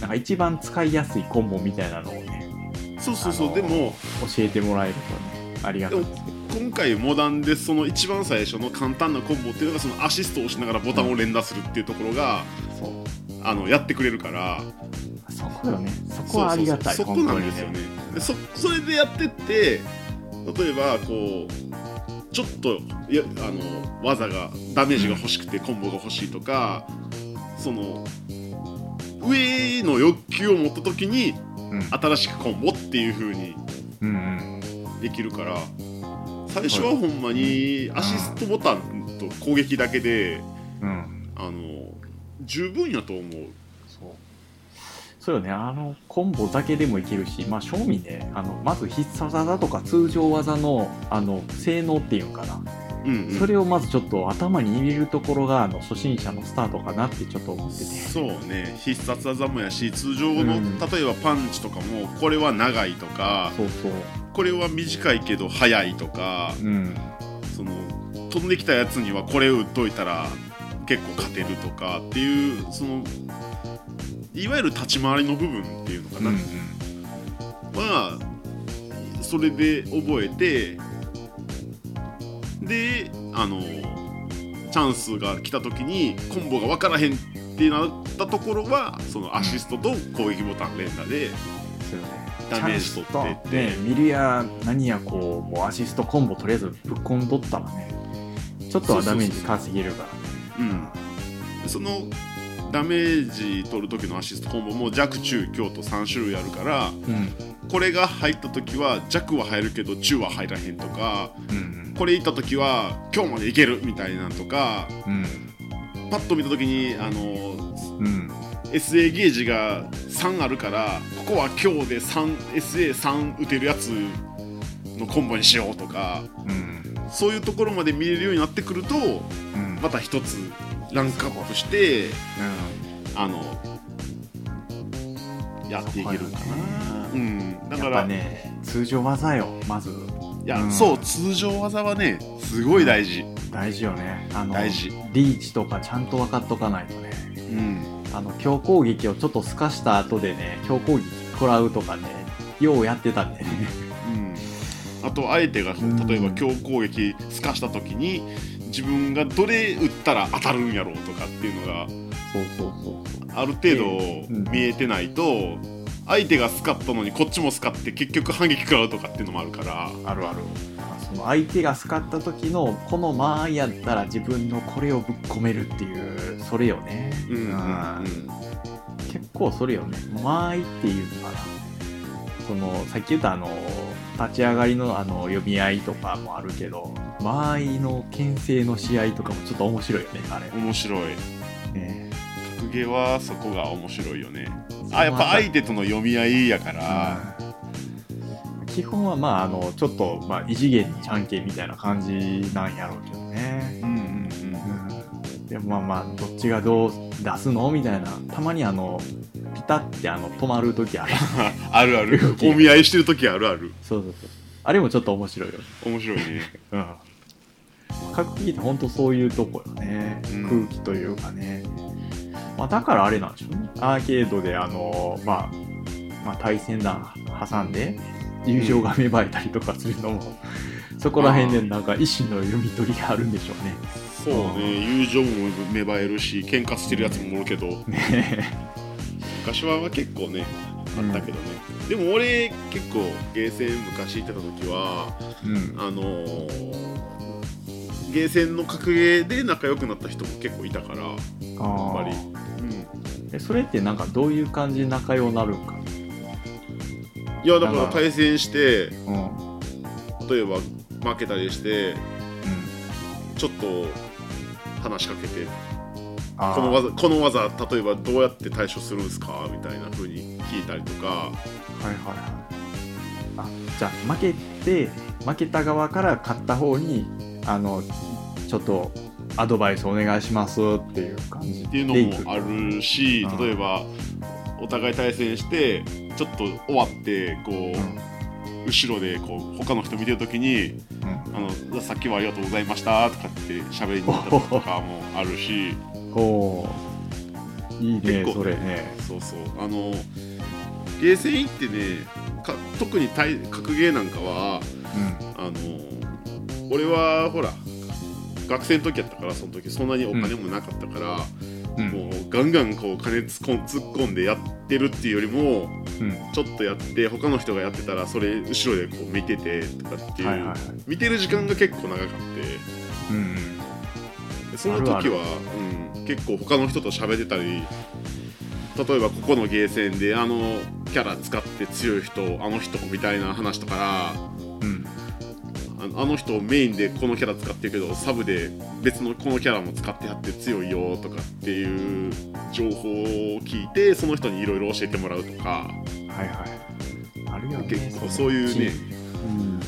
なんか一番使いやすいコンボみたいなのをね
そうそうそう、
あの
でも
教えてもらえるとねありがたいですね
今回モダンでその一番最初の簡単なコンボっていうのがそのアシストをしながらボタンを連打するっていうところが
そう
あのやってくれるから
そこよねそこはありがたい
そうそうそうそこなんですよね
本
でそそれでやってって例えばこうちょっといやあの技がダメージが欲しくてコンボが欲しいとかその上の欲求を持った時に
当にね
新しくコンボっていう風に
うんうん
できるから最初はほんまにアシストボタンと攻撃だけで
うんうん
あの十分やと思う
そうそうよねあのコンボだけでもいけるしまあ正味ねあのまず必殺技とか通常技のあの性能っていうんかな
うん、うん、
それをまずちょっと頭に入れるところがあの初心者のスタートかなってちょっと思ってて
そうね必殺技もやし通常の、
うん
例えばパンチとかもこれは長いとか
そうそう
これは短いけど速いとか
うん
その飛んできたやつにはこれを打っといたら結構勝てるとかっていうそのいわゆる立ち回りの部分っていうのかな、はそれで覚えてであのチャンスが来た時にコンボが分からへんってなったところはそのアシストと攻撃ボタン連打で
そうよね
ダメージ取ってって
ね見るや何やこうもうアシストコンボとりあえずぶっ込んどったらねちょっとはダメージ稼げるから
うんそのダメージ取る時のアシストコンボも弱中強と3種類あるからこれが入った時は弱は入るけど中は入らへんとか
うんうん
これいった時は今日までいけるみたいなんとか
うん
パッと見た時にあの
うん
SA ゲージが3あるからここは今日で 3SA3 打てるやつのコンボにしようとか
うん
そういうところまで見れるようになってくると
うん
また一つランクアップしてあのやっていけるかな、
そうこよ
ん、だ
や
か
っ
ら
ぱね通常技よまず
いや、
うん
そう通常技はねすごい大事、
大事よねあの
大事
リーチとかちゃんと分かっとかないとね
うん、
あの強攻撃をちょっとすかした後でね強攻撃食らうとかねようやってたんでね
うん、あと相手が
ん
例えば強攻撃すかした時に自分がどれ打ったら当たるんやろうとかっていうのが
そうそうそう
ある程
ええうん
度見えてないと相手がスカったのにこっちもスカって結局反撃食らうとかっていうのもあるから
あるあるその相手が使った時のこの間合いやったら自分のこれをぶっ込めるっていうそれよね、
うんうんうん
結構それよね間合いっていうのかなそのさっき言ったあの立ち上がりのあの読み合いとかもあるけど間合いの牽制の試合とかもちょっと面白いよねあれ
面白い
ね
格ゲーはそこが面白いよねあやっぱ相手との読み合いやから
基本はまああのちょっと、まあ、異次元にじゃんけんみたいな感じなんやろうけどね、
うんうんうん
うん、でもまあまあどっちがどう出すのみたいなたまにあのピタってあの止まる時ある
あるあるお見合いしてる時あるある
そうそうそうあれもちょっと面白いよね
面白いね
うん格闘技って本当そういうとこよね、
うん
空気というかね、まあ、だからあれなんでしょうねアーケードであの、まあ、まあ対戦団挟んで友情が芽生えたりとかするのも、そこら辺でなんか意思の読み取りがあるんでしょうね
そうね友情も芽生えるし喧嘩してるやつもおるけど、
ね
昔は結構ねあったけどね、でも俺結構ゲーセン昔行ってた時は
えうん
あのーゲーセンの格ゲーで仲良くなった人も結構いたから、
あ
やっぱりう
ー
ん、
えそれってなんかどういう感じで仲良くなるんか
いやだか
な
ら
んか
対戦して
うんうん
例えば負けたりしてちょっと話しかけて
あー
この技この技例えばどうやって対処するんですかみたいな風に聞いたりとか
はいはいはいあじゃあ負けて負けた側から勝った方にあのちょっとアドバイスお願いしますっていう感じ
って
で
いう
いく
のもあるし
うん
例えばお互い対戦してちょっと終わってこう、後ろでこう他の人見てる時に
うんう
あ
ん
の「さっきはありがとうございました」とかって喋りに行ったりとかもあるし
おーいい
結
ね
構
それね
そうそうあのゲーセン行ってねか特に対格ゲーなんかは
うん
あの俺はほら学生の時やったからその時そんなにお金もなかったから、
うん
もうガンガンこう金突っ込ん突っ込んでやってるっていうよりも
うん
ちょっとやって他の人がやってたらそれ後ろでこう見ててとかっていう、
はいはいはい
見てる時間が結構長かって。
うんうん
でその時はうん、結構他の人と喋ってたり例えばここのゲーセンであのキャラ使って強い人あの人みたいな話とか
うん
あのあの人メインでこのキャラ使ってるけどサブで別のこのキャラも使ってはって強いよとかっていう情報を聞いてその人にいろいろ教えてもらうとか
はいはいあるよね
結構そういうね、
そのうん、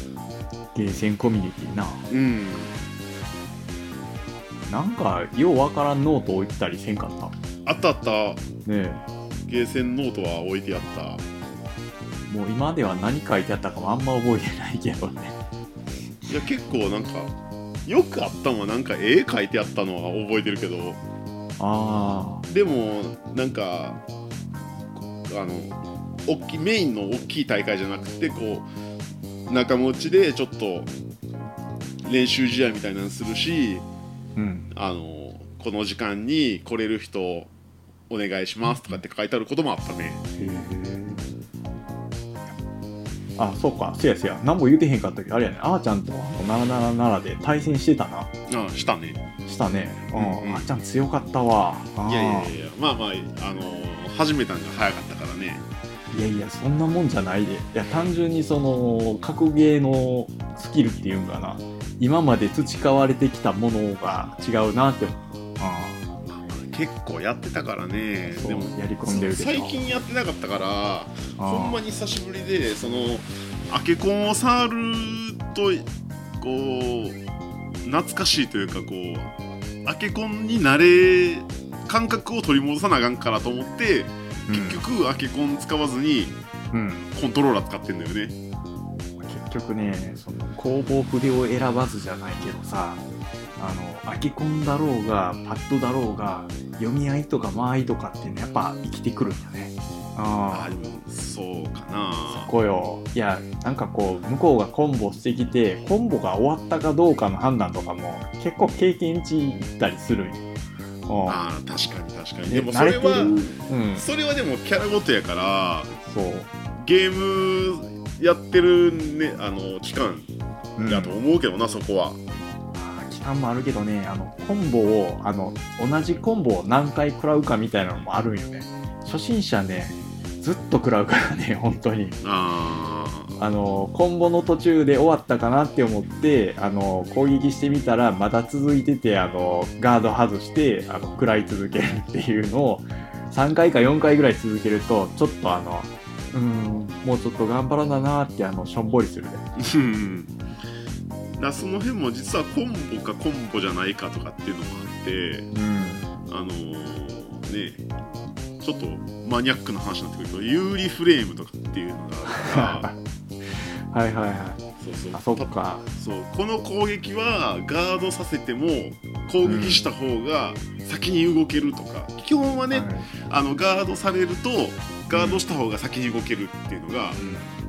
ゲーセンコミュニティな
うん、
なんかようわからんノート置いてたりせんかった
あったあった
ねえ
ゲーセンノートは置いてあった
もう今では何書いてあったかもあんま覚えてないけどね。
いや結構なんかよくあったのはなんか絵描いてあったのは覚えてるけど
ああ、
でもなんかあの大きいメインの大きい大会じゃなくてこう仲間内でちょっと練習試合みたいなのするし
うん。
あのこの時間に来れる人お願いしますとかって書いてあることもあったね
へえ。あ、そうか、せやせや、何も言うてへんかったけど、あれやね、あーちゃんとならならならで対戦してたな。
あしたね
したね。うん、
うんうん
あーちゃん強かったわ。あー
いやいやいやまあまああの始めたんが早かったからね
いやいやそんなもんじゃないで。いや、単純にその、格ゲーのスキルっていうんかな。今まで培われてきたものが違うなって思う。あ
結構やってたからね
あ、そう
でも
やり込んでるでしょ。
最近やってなかったから
あー、
ほんまに久しぶりでそのアケコンを触るとこう懐かしいというかこうアケコンに慣れ感覚を取り戻さなあかんからと思って、結局アケコン使わずに
うん、うん
コントローラー使ってんだよね
結局ねその工房筆を選ばずじゃないけどさあの空き込んだろうがパッドだろうが読み合いとか間合いとかってねやっぱ生きてくるんだね
ああ
あ
でもそうかな
あこうよいやなんかこう向こうがコンボしてきてコンボが終わったかどうかの判断とかも結構経験値いったりするんようん
ああ確かに確かに
ね
でもそれは
うん
それはでもキャラごとやから
そう
ゲームやってるねあの期間
うん
だと思うけどな、そこは
あー期間もあるけどねあのコンボをあの同じコンボを何回食らうかみたいなのもあるんよね初心者ねずっと食らうからね 本当に
あ
あのコンボの途中で終わったかなって思ってあの攻撃してみたらまだ続いててあのガード外してあの食らい続けるっていうのを3回か4回ぐらい続けるとちょっとあのうーんもうちょっと頑張らななってあのしょんぼりするね
ーうんだからその辺も実はコンボかコンボじゃないかとかっていうのも
う
あっ
ん
てあのーねちょっとマニアックな話になってくると有利フレームとかっていうのがあるか
はいはいはい
らそうそう
あそっか
そうこの攻撃はガードさせても攻撃した方が先に動けるとか、基本はね、
はい
あのガードされるとガードした方が先に動けるっていうのが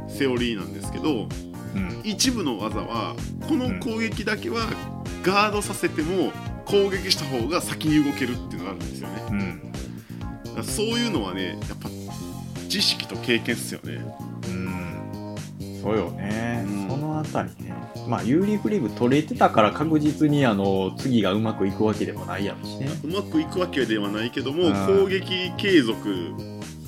セオリーなんですけど、
うん、
一部の技はこの攻撃だけはガードさせても攻撃した方が先に動けるっていうのがあるんですよねだからそういうのはねやっぱ知識と経験っすよね
うんそうよね、
うん
そのあたりねまあ有利フリーブ取れてたから確実にあの次がうまくいくわけでもないやろしね
うまくいくわけではないけど
う
も
ん
攻撃継続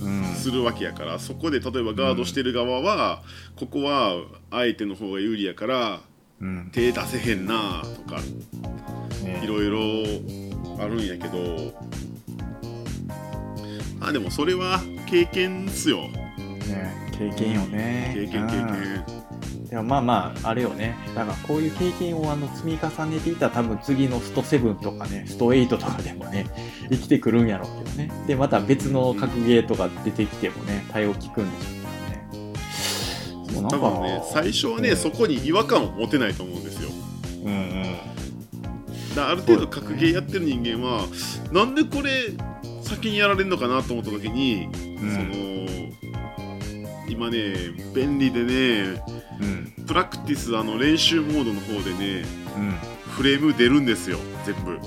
うん
するわけやからそこで例えばガードしてる側はここは相手の方が有利やから
うん
手出せへんなとか
ね
いろいろあるんやけどあでもそれは経験っすよ
ね経験よね
経験経験
うんでもまあまああれよねだからこういう経験をあの積み重ねていったら多分次のスト7とかねスト8とかでもね生きてくるんやろうけどねでまた別の格ゲーとか出てきてもね対応効くんでしょうからねそうなん
多
か
分ね最初はね、
うん
そこに違和感を持てないと思うんですよ
うんうん
だからある程度格ゲーやってる人間は、なんでこれ先にやられるのかなと思った時に、その今ね便利でね
うん
プラクティスあの練習モードの方でね
うん
フレーム出るんですよ全部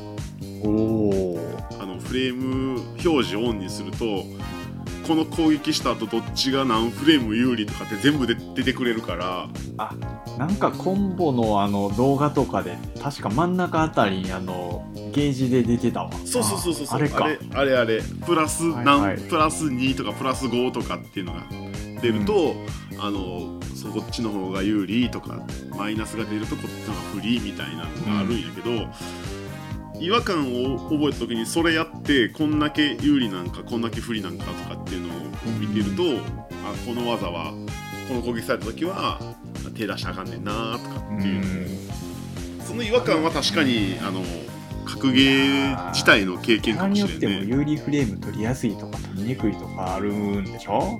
おー
あのフレーム表示オンにするとこの攻撃した後どっちが何フレーム有利とかって全部で出てくれるから
なんかコンボのあの動画とかで確か真ん中あたりにあのゲージで出てたわ
そうそうそうそうそう
あれか
あれあれあれプラス
はい
何、
はい
プラス2とかプラス5とかっていうのが出ると、あのそこっちの方が有利とかマイナスが出るとこっちの方が不利みたいなのがあるんやけど、違和感を覚えた時にそれやってこんだけ有利なんかこんだけ不利なんかとかっていうのを見てると、あこの技はこの攻撃された時は手出したらあかんねんなとか
う
っていう。
ん
その違和感は確かにあの格ゲー自体の経験か
他
も
に
し
よって
れ
も
んね。
有利フレーム取りやすいとか取りにくいとかあるんでしょ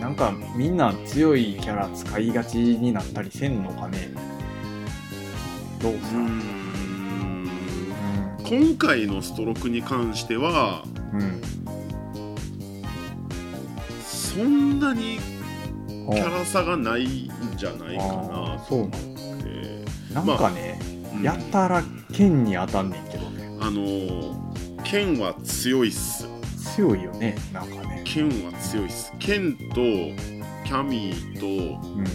なんかみんな強いキャラ使いがちになったりせんのかねどう
う
さ
ーん今回のストロークに関しては
うん
そんなに
うん
キャラ差がないんじゃないかな
あ
っ
ーそうなの
て。
なんかね、
うん
やたら剣に当たんねんけどね
あの剣は強いっす。
強いよねなんかね
剣は強いっす。剣とキャミーと
うん
あと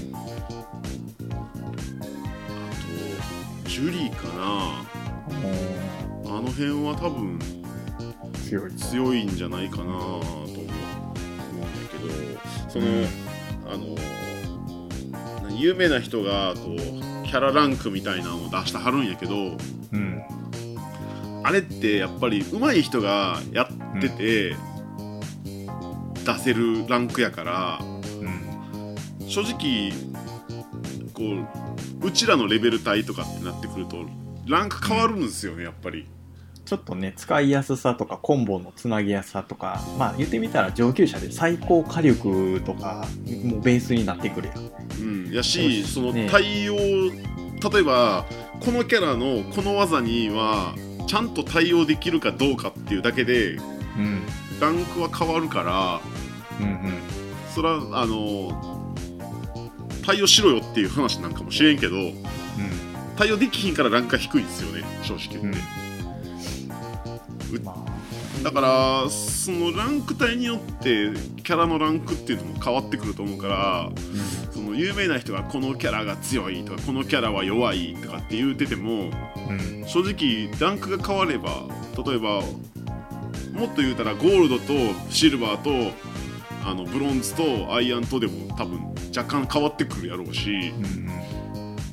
ジュリーか
も
なあの辺は多分
う強い
強いんじゃないかなと思う思うんだけどその、
うん
あの有名な人がこうキャラランクみたいなのを出してはるんやけど
うん
あれってやっぱり上手い人がやってて、出せるランクやから
うん
正直こううちらのレベル帯とかってなってくるとランク変わるんですよねやっぱり。
ちょっとね使いやすさとかコンボのつなぎやすさとかまあ言ってみたら上級者で最高火力とかもうベースになってくるやん
うん、やし、その
ね
対応、例えばこのキャラのこの技にはちゃんと対応できるかどうかっていうだけで
うん
ランクは変わるから
うん
それはあの対応しろよっていう話なんかもしれんけど対応できひんからランクが低いんですよね正直言って、
うんま
だからそのランク帯によってキャラのランクっていうのも変わってくると思うから
あ
その有名な人がこのキャラが強いとかこのキャラは弱いとかって言うてても
うん
正直ランクが変われば例えばもっと言うたらゴールドとシルバーとあのブロンズとアイアンとでも多分若干変わってくるやろうし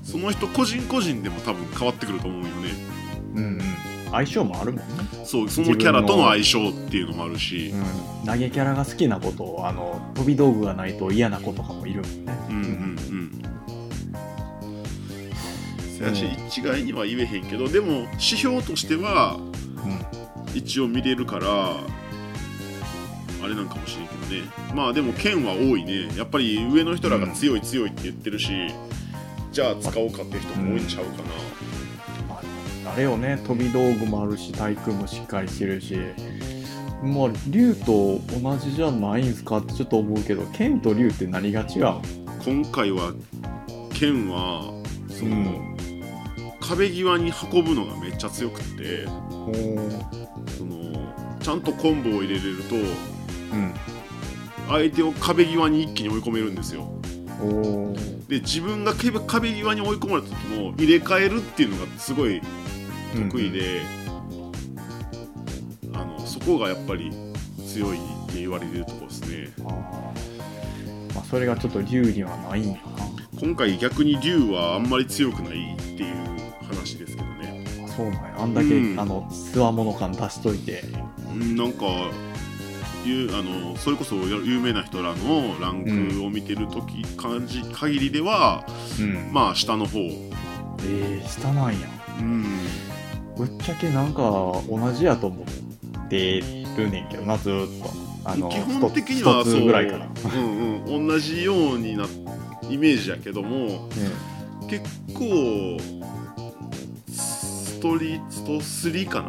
その人個人個人でも多分変わってくると思うよね
うんうん相性もあるもんね、
そうそのキャラとの相性っていうのもあるし、
うん、投げキャラが好きなことをあの飛び道具がないと嫌な子とかもいるもんね
うんうんうんせやし
うん
一概には言えへんけどでも指標としては一応見れるからあれなんかもしれんけどねまあでも剣は多いねやっぱり上の人らが強い強いって言ってるし、じゃあ使おうかって人も多いんちゃうかな、
まああれよね飛び道具もあるし体育もしっかりしてるしまあ竜と同じじゃないんすかってちょっと思うけど剣と竜って何が違う
今回は剣はその、
うん
壁際に運ぶのがめっちゃ強くって
ほう
そのちゃんとコンボを入れれると
うん
相手を壁際に一気に追い込めるんですよ
おお
で自分がけ壁際に追い込まれた時も入れ替えるっていうのがすごい得意で、あのそこがやっぱり強いって言われてるところですね
あーまあそれがちょっと竜にはないんや
今回逆に竜はあんまり強くないっていう話ですけどね
なあそうなんやあんだけ、
うん
あのつわもの感出しといて
うんなんかいうあのそれこそ有名な人らのランクを見てる時、感じ限りでは
うん
まあ下の方
えー、下なんや
うん
ぶっちゃけなんか同じやと思ってるねんけどなずーっとあの
基本的には
一つ
そう
ぐらいかな、ね
うんうん、同じようになイメージやけども結構ストリート3かな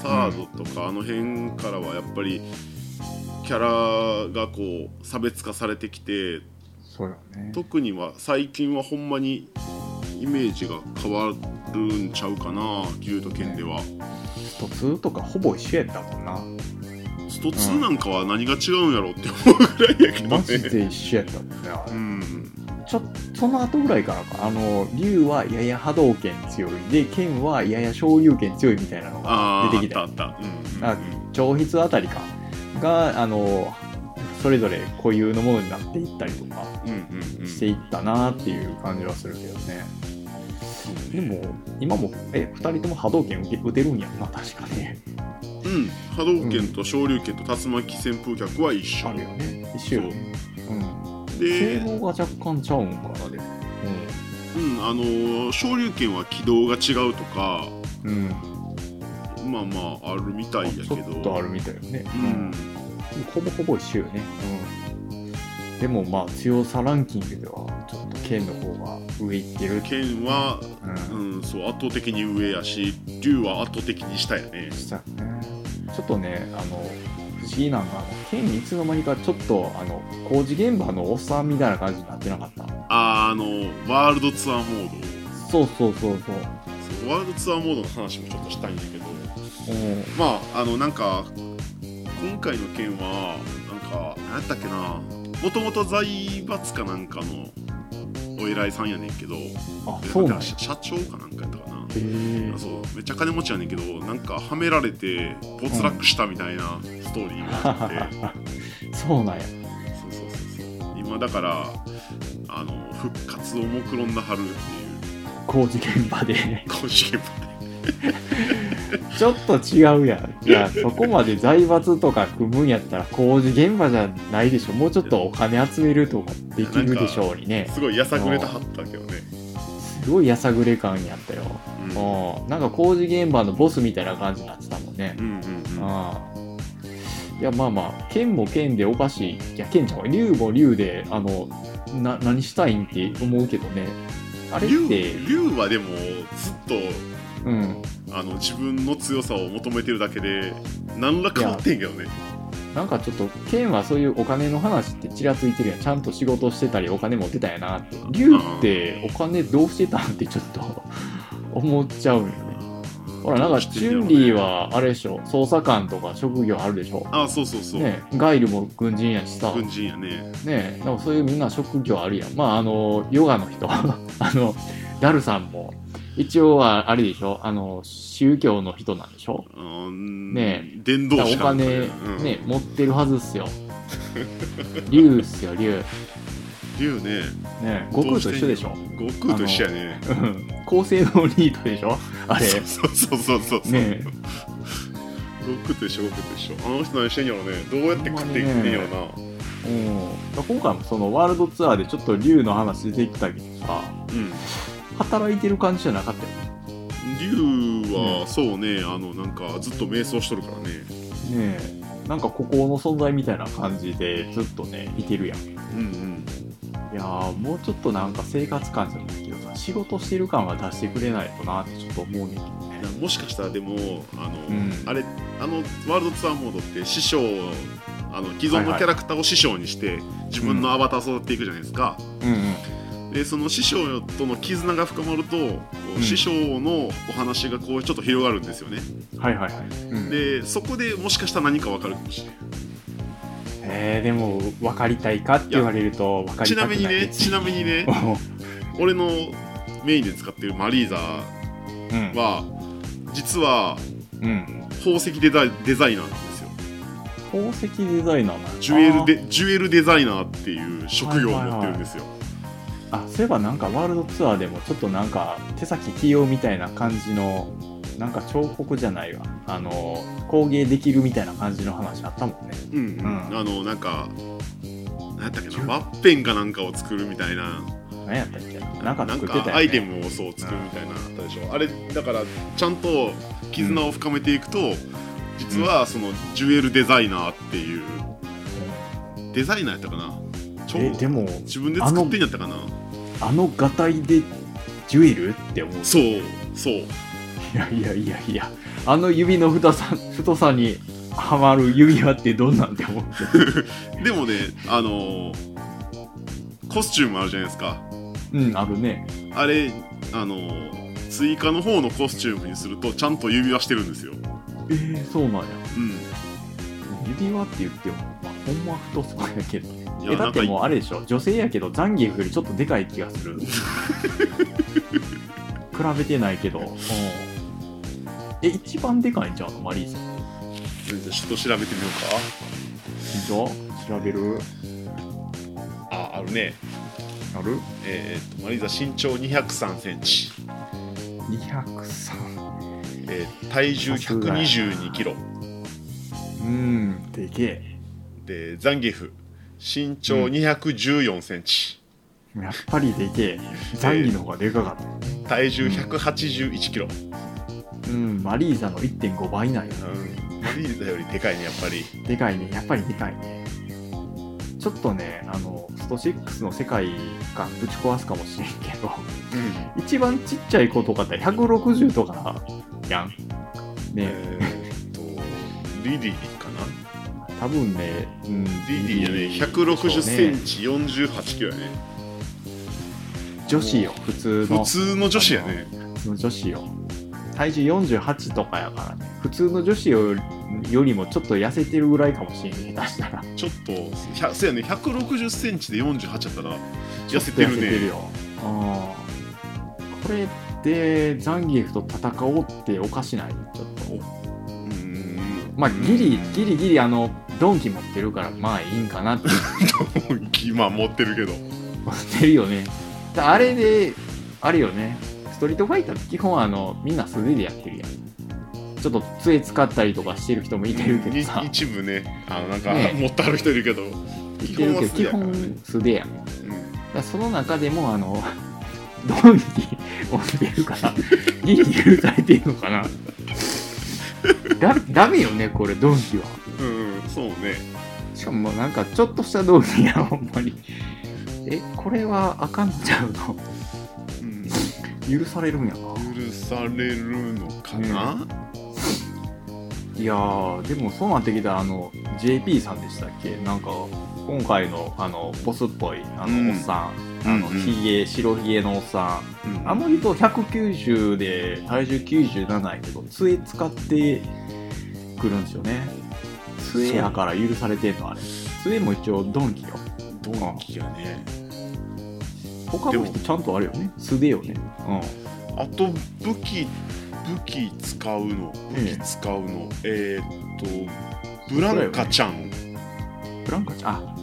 サードとかあの辺からはやっぱりキャラがこう差別化されてきて
そうよね
特には最近はほんまにイメージが変わるんちゃうかな竜と剣では
一つとかほぼ一緒やったもんな
スト2なんかは何が違うんやろうって思うぐらいやけど
マジ
ね
で一緒やったもんねあれ
うん
ちょっとその後ぐらいからかあの竜はやや波動拳強いで剣はやや昇竜拳強いみたいなのが
あ
出
ー
てきた
あったあった
あ長筆あたりかがあのそれぞれ固有のものになっていったりとか
うんうんうんうんうん
していったなっていう感じはするけどね、でも今もえ2人とも波動拳打て打てるんやんな確かね
うん、波動拳と昇竜拳と竜巻旋風脚は一緒、
あるよね一緒よねうん、性
で、
能が若干ちゃうんかなでも
うんあのー昇竜拳は軌道が違うとか
うん、うん、
まあまああるみたいやけ
ちょ
ど
っとあるみたいよね、
う
うん
ん、
ほぼほぼ一緒よね。うん。でもまあ強さランキングではちょっと剣の方が上いってる。
剣は、
う。
うんん、そう圧倒的に上やし竜は圧倒的に下やね
したよね。ちょっとねあの不思議なのが剣いつの間にかちょっとあの工事現場のおっさんみたいな感じになってなかった。
あーあのーワールドツアーモード
そうそうそうそう。
そうワールドツアーモードの話もちょっとしたいんだけど
うん。
まああのなんか今回の件はなんか何やったっけなもともと財閥かなんかのお偉いさんやねんけど
あそうなんや。
社社長かなんかやったかな
へえ
あ。そうめっちゃ金持ちやねんけどなんかはめられて没落したみたいなストーリーがあって、
そうなんや。
そうそうそうそう今だからあの復活を目論んだはるっていう
工事現場で
今週
ちょっと違うやんいやそこまで財閥とか組むんやったら工事現場じゃないでしょもうちょっとお金集めるとかできるでしょうにね
すごいやさぐれたはったけどね
すごいやさぐれ感やったよ、
うん
うん、なんか工事現場のボスみたいな感じになってたもんね、
うんうんうん
うん、いやまあまあ剣も剣でおかしいいや剣ちゃんは竜も竜であのな何したいんって思うけどねあれっ
竜
て
竜はでもずっと
うん
あの自分の強さを求めてるだけで何ら変わってんけどね
なんかちょっと、剣はそういうお金の話ってちらついてるやん。ちゃんと仕事してたり、お金持ってたんやなって。竜ってお金どうしてたんってちょっと 思っちゃうんよね。ほら、なんかチュンリーはあれでしょ、捜査官とか職業あるでしょ。
あそうそうそう、
ねガイルも軍人やしさ、
軍人やね
ねなんかそういうみんな職業あるやん。まあ、あの、ヨガの人、 あの、ダルさんも、一応はあれでしょ、あの、宗教の人なんでしょ。
うん
ね
伝道
だから
師
お
かなんか
金、
うん
ね、持ってるはずっすよ。 竜っすよ、竜。
竜ね
ね、悟空と一緒でしょ。
悟空と一緒やね
うん 高性能リートでしょあれ。
そうそうそうそうそう、
ね
悟空と一緒悟空と一緒あの人何してんやろねどうやって食っていってんやろな、
うん、今回もそのワールドツアーでちょっと竜の話出てきたけどさ、
うん
働いてる感じじゃなかったよね。
竜はそうねあのなんかずっと瞑想しとるからね
ねえなんかここの存在みたいな感じでずっとね、いてるやん。い
うん
やー、もうちょっとなんか生活感じゃないけどさ、仕事してる感は出してくれないとなってちょっと思うねんけど
う
ね
んいや。もしかしたらでもあの、
うん
あれあのワールドツアーモードって師匠あの既存のキャラクターを師匠にして、自分のアバターを育てていくじゃないですか、
うんうん。
でその師匠との絆が深まると、こう
うん
師匠のお話がこうちょっと広がるんですよね、
はいはいはい、うん
でそこでもしかしたら何か分かるかもしれない
えーでも分かりたいかって言われると分かり
ち
た
な
くな
み
い
に ねちなみにね俺のメインで使ってるマリーザ
うん
は実は
うん、
宝石デザイデザイナーなんですよ
宝石デザイナーなんだ
ジュエルでジュエルデザイナーっていう職業を持ってるんですよ、
あそういえばなんかワールドツアーでもちょっとなんか手先器用みたいな感じのなんか彫刻じゃないわあの工芸できるみたいな感じの話あったもんね
うんうん
うん
あのなんか何やったっけなワッペンかなんかを作るみたいな
何やったっけなんか作ってたよ、ね、
アイテムをそう作るみたいなのあったでしょ、あれだからちゃんと絆を深めていくと、実はそのジュエルデザイナーっていうデザイナーやったかなちょ
えでも
自分で作ってんやったかな
あのがたいでジュエルって思う
そううそう
いやいやいやいやあの指の太さ太さにはまる指輪ってどんなんて思う
でもねあのーコスチュームあるじゃないですか
うんあるね
あれあのー追加の方のコスチュームにするとちゃんと指輪してるんですよ
えー、そうなんや
う
指輪って言っても、まあ、ほんまは太そうやけど
んい
え
や
だ
な
っ
んか
てもうあれでしょ女性やけどザンギエフよりちょっとでかい気がす る比べてないけど、うんえ一番でかいんちゃうのマリーさん
全然ちょっと調べてみよ
以上調べる
うかああるね
ある
えーっとマリーザ身長203センチ、
203
えー体重122キロ
うんでけえ
でザンギエフ身長214センチ、
やっぱりでけえザンギの方がでかかった、
体重181キロ、
うんマリーザの1.5倍なんよ
うん、マリーザよりでかいねやっぱり
でかいねやっぱりでかいねちょっとねあのスト6の世界がぶち壊すかもしれんけど
うん
一番ちっちゃい子とかって160とかやん。ね、
えーっとリリーかな
多分ね、うん、
リリーやね160センチ48キロやね
女子よ、普通の
普通の女子やね
普通の女子よ。体重48とかやからね、普通の女子よよりもちょっと痩せてるぐらいかもしれん、下手したら。
ちょっとひゃそうやね160センチで48やったら痩せ
ち
て
ょっ
る
と痩
ね
せてるよ。うんこれでザンギエフと戦おうっておかしないちょっと。
うん
まあ、ギリ、ギリギリ、あの、ドンキ持ってるから、まあいいんかなって
今持ってるけど
持ってるよねだあれであれよねストリートファイターって基本あのみんな素手でやってるやんちょっと杖使ったりとかしてる人もいてるけどさ
い一部ねあのなんか、
ね
持ってある人いるけど
いてるけど基
基本は素手やからね
本素手やんだか
うん
らその中でもあの ドンキ持ってる からギリギリ打たれてるのかなだダメよねこれドンキは
うん、うん、そうね
しかもなんかちょっとしたドンキやほんまにえこれはあかんちゃうの
うん
許されるんやな
許されるのかな、
いやーでもそうなってきたらあの JP さんでしたっけなんか今回のあのボスっぽいあの、
うん
おっさん
あ
あの、ひげ白ひげのおっさん
うん
あの人190で体重97やけど杖使ってくるんですよね杖やから許されてんのあれ杖も一応ドンキよ
ドンキやね
他の人
で
ちゃんとあるよね素手よね
あと武器武器使うの武器使うのえーっとブランカちゃん、
うんブランカちゃんあ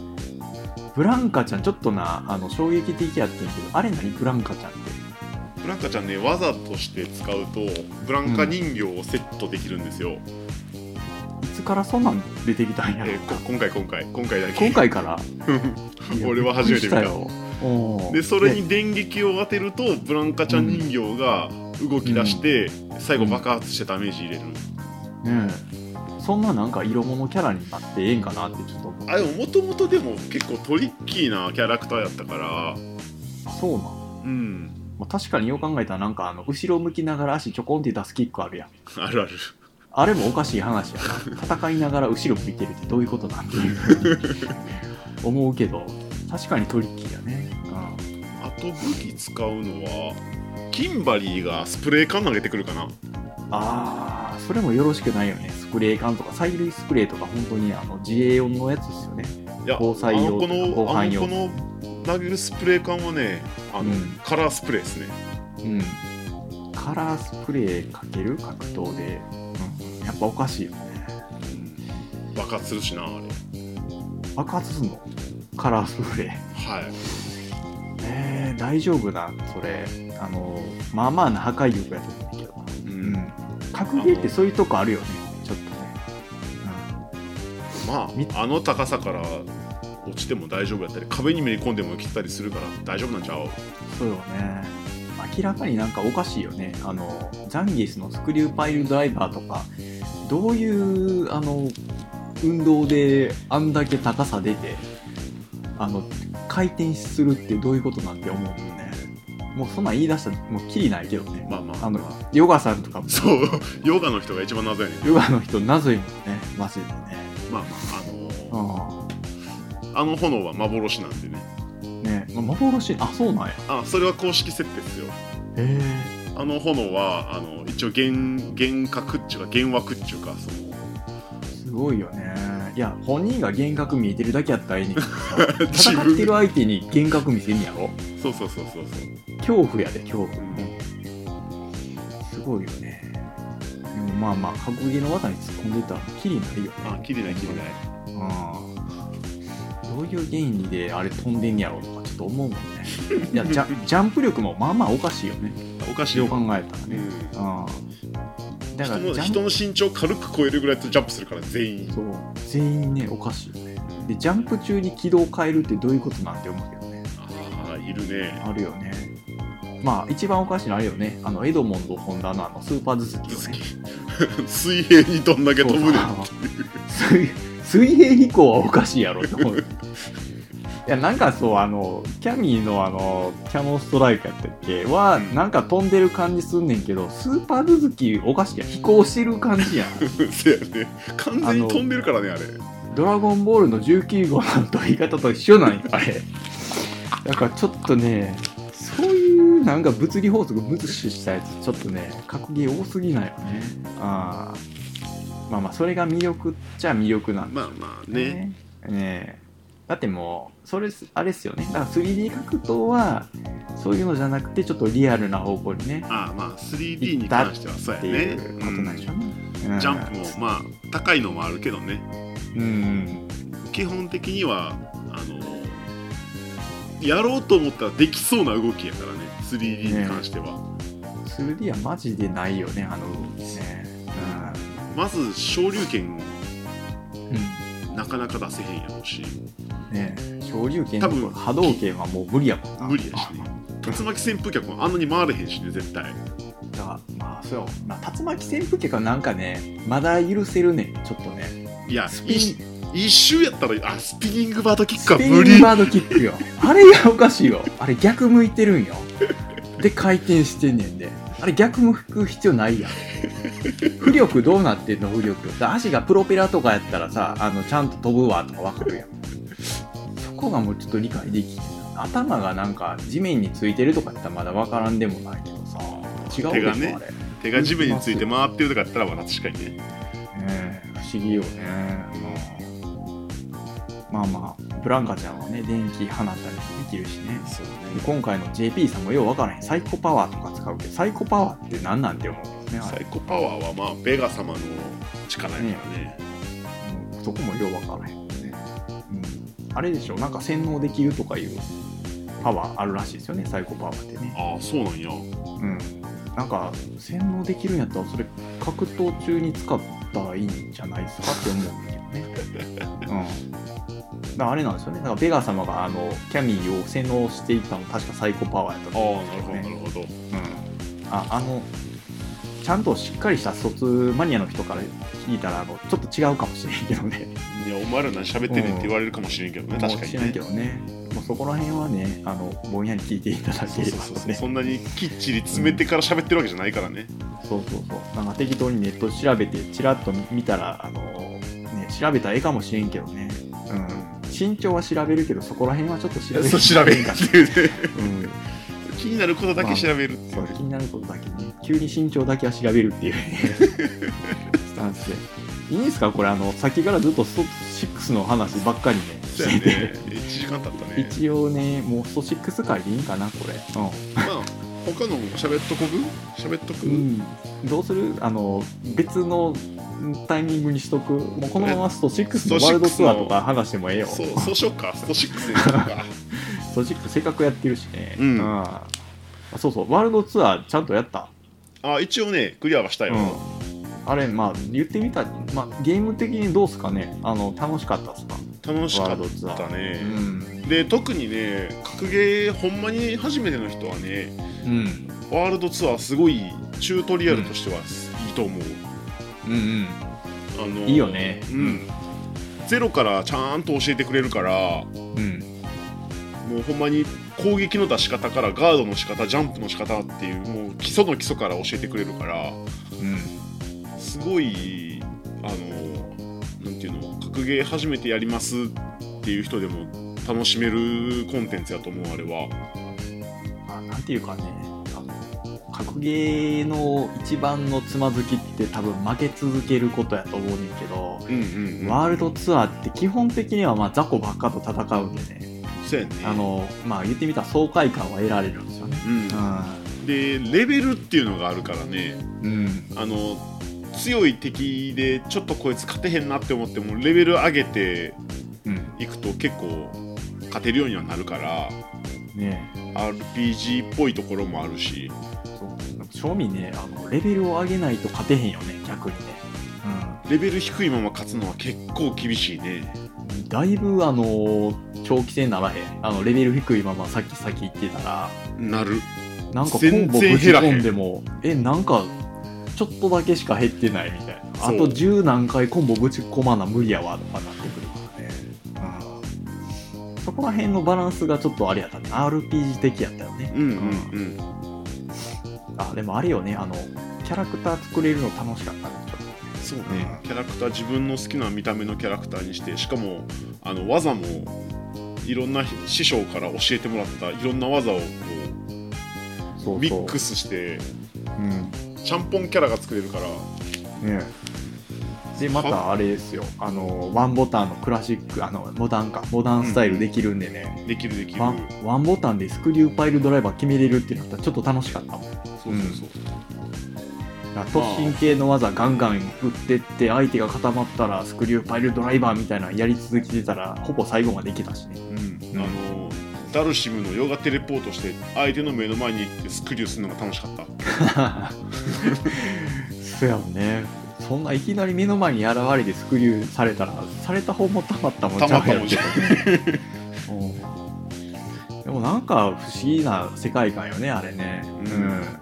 ブランカちゃんちょっとなあの衝撃的やってんけどあれ何ブランカちゃんって
ブランカちゃんね技として使うとブランカ人形をセットできるんですよ、
いつからそんなん出てきたんやろ
えーこ今回今回今回だけ
今回から
俺は初めて見た
びっくりしたよおー
でそれ
ね
に電撃を当てるとブランカちゃん人形が動き出して、最後爆発してダメージ入れる、
ねえそんななんか色物キャラになってええんかなってちょっと思った
あでももともとでも結構トリッキーなキャラクターやったから
そうなん、ま
うん
あ、確かによう考えたらなんかあの後ろ向きながら足ちょこんって出すキックあるやん
あるある
あれもおかしい話やな戦いながら後ろ向いてるってどういうこ となんていう思うけど確かにトリッキーやね、
あと武器使うのはキンバリーがスプレー缶投げてくるかな
ああそれもよろしくないよねスプレー缶とか催涙スプレーとか本当にあの自衛用のやつですよね
いやあの
防
子
災用とか防
のあ
犯
の
用
子の投げるスプレー缶はねあの、
うん
カラースプレーですね
うんカラースプレーかける格闘で、うん、やっぱおかしいよね
爆発するしなあれ
爆発すんのカラースプレー
はい
えー、大丈夫なんそれあのまあまあな破壊力やと思うけどな
うん
格ゲーってそういうとこあるよねちょっとね、
ま
み
ああの高さから落ちても大丈夫やったり壁にめり込んでも切ったりするから大丈夫なんちゃう
うん、そうよね明らかになんかおかしいよねあのザンギスのスクリューパイルドライバーとかどういうあの運動であんだけ高さ出てあの回転するってどういうことなんて思うよねもうそんなん言い出したらもうキリないけどね、
まあまあ
あのヨガさんとかも
そう ヨガの人が一番謎やねん
ヨガの人謎いもんねマジでね
まあまああのー
う
あの炎は幻なんでね
んねま幻あそうなんやへ
あそれは公式設定ですよ
え
あの炎はあの一応幻幻覚っちゅうか幻惑っちゅうかその
すごいよねいや本人が幻覚見えてるだけやったらええねんけどさ
自
戦っ
分
てる相手に幻覚見せんやろ
そうそうそうそうそ
恐怖やで恐怖
う、うん
すごいよねでもまあまあ格ゲーの技に突っ込んでたらキリないよ
あ
ね
切りない切りない
うんどういう原理であれ飛んでんやろうとかちょっと思うもんねいやジャジャンプ力もまあまあおかしいよね
おかしい
よ
よ
う考えたらね、うん、だ
人
から
の
ジャン
人の身長軽く超えるぐらいとジャンプするから全員
そう全員ねおかしいよねでジャンプ中に軌道を変えるってどういうことなんて思うけどね
ああいるね
あるよねまあ一番おかしいのあれよねあのエドモンド・ホンダのあのスーパー頭突きよね
水平にどんだけ飛ぶねん
そうそう水水平飛行はおかしいやろと思ういやなんかそうあのキャミーのあのキャノンストライクやったっけはなんか飛んでる感じすんねんけどスーパー頭突きおかしいやん飛行してる感じやん
せやね完全に飛んでるからねあれ
ドラゴンボールの19号の飛び方と一緒なんよあれだからちょっとねそういうなんか物理法則無視したやつちょっとね格ゲー多すぎないよねあーまあまあそれが魅力っちゃ魅力なんだ
まあまあね
ねえだってもうそれすあれっすよねだから 3D 格闘はそういうのじゃなくてちょっとリアルな方向にね
ああまあ 3D に関してはそうや
ってい
ね
うことなんでしょうね、う
うんんジャンプもまあ高いのもあるけどね
うん
基本的にはあのやろうと思ったらできそうな動きやからね 3D に関しては、
3D はマジでないよねあの動きね
まず昇竜拳
うん、
なかなか出せへんやろうし
ねえ昇竜拳
多
と
分
か波動拳はもう無理やもんな
無理やしね竜巻旋風脚もあんなに回れへんしね絶対
だからまあそう、まあ、竜巻旋風脚はなんかねまだ許せるねちょっとね
いや
スピン
一一周やったらあスピニングバードキッ
ス
クは
ピ
無
ング
理
バードキックよあれがおかしいよあれ逆向いてるんよで回転してんねんであれ逆向く必要ないやん浮力どうなってんの浮力だから足がプロペラとかやったらさあのちゃんと飛ぶわとかわかるやんそこがもうちょっと理解できてない頭がなんか地面についてるとかやったらまだわからんでもないけどさ違う
手
で
が
しょ、
ね
あれ
手が地面について回ってるとかやったらまだ確かにね
ねえ不思議よね、まあまあブランカちゃんはね電気放ったりできるしね
そうね
で今回の JP さんもようわからへんサイコパワーとか使うけどサイコパワーって何なんて思うけどねあ
サ
れ
イコパワーはまあベガ様の力やからね
うんそこもようわからへんね、うん、あれでしょなんか洗脳できるとかいうパワーあるらしいですよねサイコパワーってね
ああそうなんや
うんなんか洗脳できるんやったらそれ格闘中に使ったらいいんじゃないですかって思うんだけどねうんだからあれなんですよねだからベガ様があのキャミーを洗脳していったの確かサイコパワーやった
あ
と
あ
思
なるほどなるほど
うんああのちゃんとしっかりした卒マニアの人から聞いたらあのちょっと違うかもしれんけどね
いやお前ら何喋ってんねんって言われるかもしれんけどね、確かに
もう知らん
ね
けどねもうそこら辺はねあのぼんやり聞いていただ
そ
け
う
れ
そ
ば
う
ね
そうそうそんなにきっちり詰めてから喋ってるわけじゃないからね、
そうそうそうなんか適当にネット調べてちらっと見たらあの、ね、調べたらええかもしれんけどね、うん、身長は調べるけどそこら辺はちょっと調べる
そう調べへんかっていうね
うん
気になることだけ調べるってい
そうう
ね
気になることだけね急に身長だけは調べ るっていうスタンスでいいんですかこれあの先からずっとスト6の話ばっかりね
そうや
してて
ね1時間経ったね
一応ねもうスト6回でいいんかなこれう
まあ他のも喋っとこぶ喋っとく、
ん、うん、どうするあの別のタイミングにしとくもうこのままスト6のワールドツアーとか話してもええよ
そうそうしようかスト6にしようか
スト6せっかくやってるしね
うん
あそうそうワールドツアーちゃんとやった
あ一応ねクリアはしたよ、
うん、あれまあ言ってみた、まあ、ゲーム的にどうすかねあの楽しかったっすか
楽しか
ワー
っ
ルドツアー
たね
う、ん、
で特にね格ゲーほんまに初めての人はね
うん、
ワールドツアーすごいチュートリアルとしてはいいと思う、
うんうん
あの
いいよね
うんゼロからちゃんと教えてくれるから
うん
もうほんまに攻撃の出し方からガードの仕方ジャンプの仕方っていうもう基礎の基礎から教えてくれるからすごいあのなんていうの格ゲー初めてやりますっていう人でも楽しめるコンテンツやと思うあれは
あなんていうかねあの格ゲーの一番のつまずきって多分負け続けることやと思うねんけど、
うんうん、うん、
ワールドツアーって基本的にはまあ雑魚ばっかと戦うんでね
そうやね
あのまあ言ってみたら爽快感は得られるんですよね
うんでレベルっていうのがあるからね
うん
あの強い敵でちょっとこいつ勝てへんなって思ってもレベル上げて
うん
いくと結構勝てるようにはなるから
ねえ
RPG っぽいところもあるし
そうなんか正味ねあのレベルを上げないと勝てへんよね逆にね、
レベル低いまま勝つのは結構厳しいね
うん、だいぶあの長期戦ならへんあのレベル低いままさっきさっき言ってたら
なる
なんかコン
全
ボぶ
然
ち
減らへん
込んでもえなんかちょっとだけしか減ってないみたいなあ
そう
と十何回コンボぶち込まな無理やわとかなってくるからね、うん、そこら辺のバランスがちょっとあれやったね RPG 的やったよね
うんうんうん
あでもあれよねあのキャラクター作れるの楽しかったねちょっと
そうね
うん
キャラクター自分の好きな見た目のキャラクターにしてしかもあの技もいろんな師匠から教えてもらったいろんな技をこ
そうそうう
ミックスして
うん
ちゃんぽんキャラが作れるから
ねでまたあれですよあのワンボタンのクラシックあのモダンかモダンスタイルできるんでね、
できるできる
ワンワンボタンでスクリューパイルドライバー決めれるってなったらちょっと楽しかったもん
そうそうそう
突進系の技ガンガン打ってって相手が固まったらスクリューパイルドライバーみたいなのやり続けてたらほぼ最後までいけたし ね
うんあのダルシムのヨガテレポートして相手の目の前に行ってスクリューするのが楽しかった
そやねそんないきなり目の前に現れてスクリューされたらされた方もたまったもん
たまったもん
ちゃうやろうんでもなんか不思議な世界観よねあれね、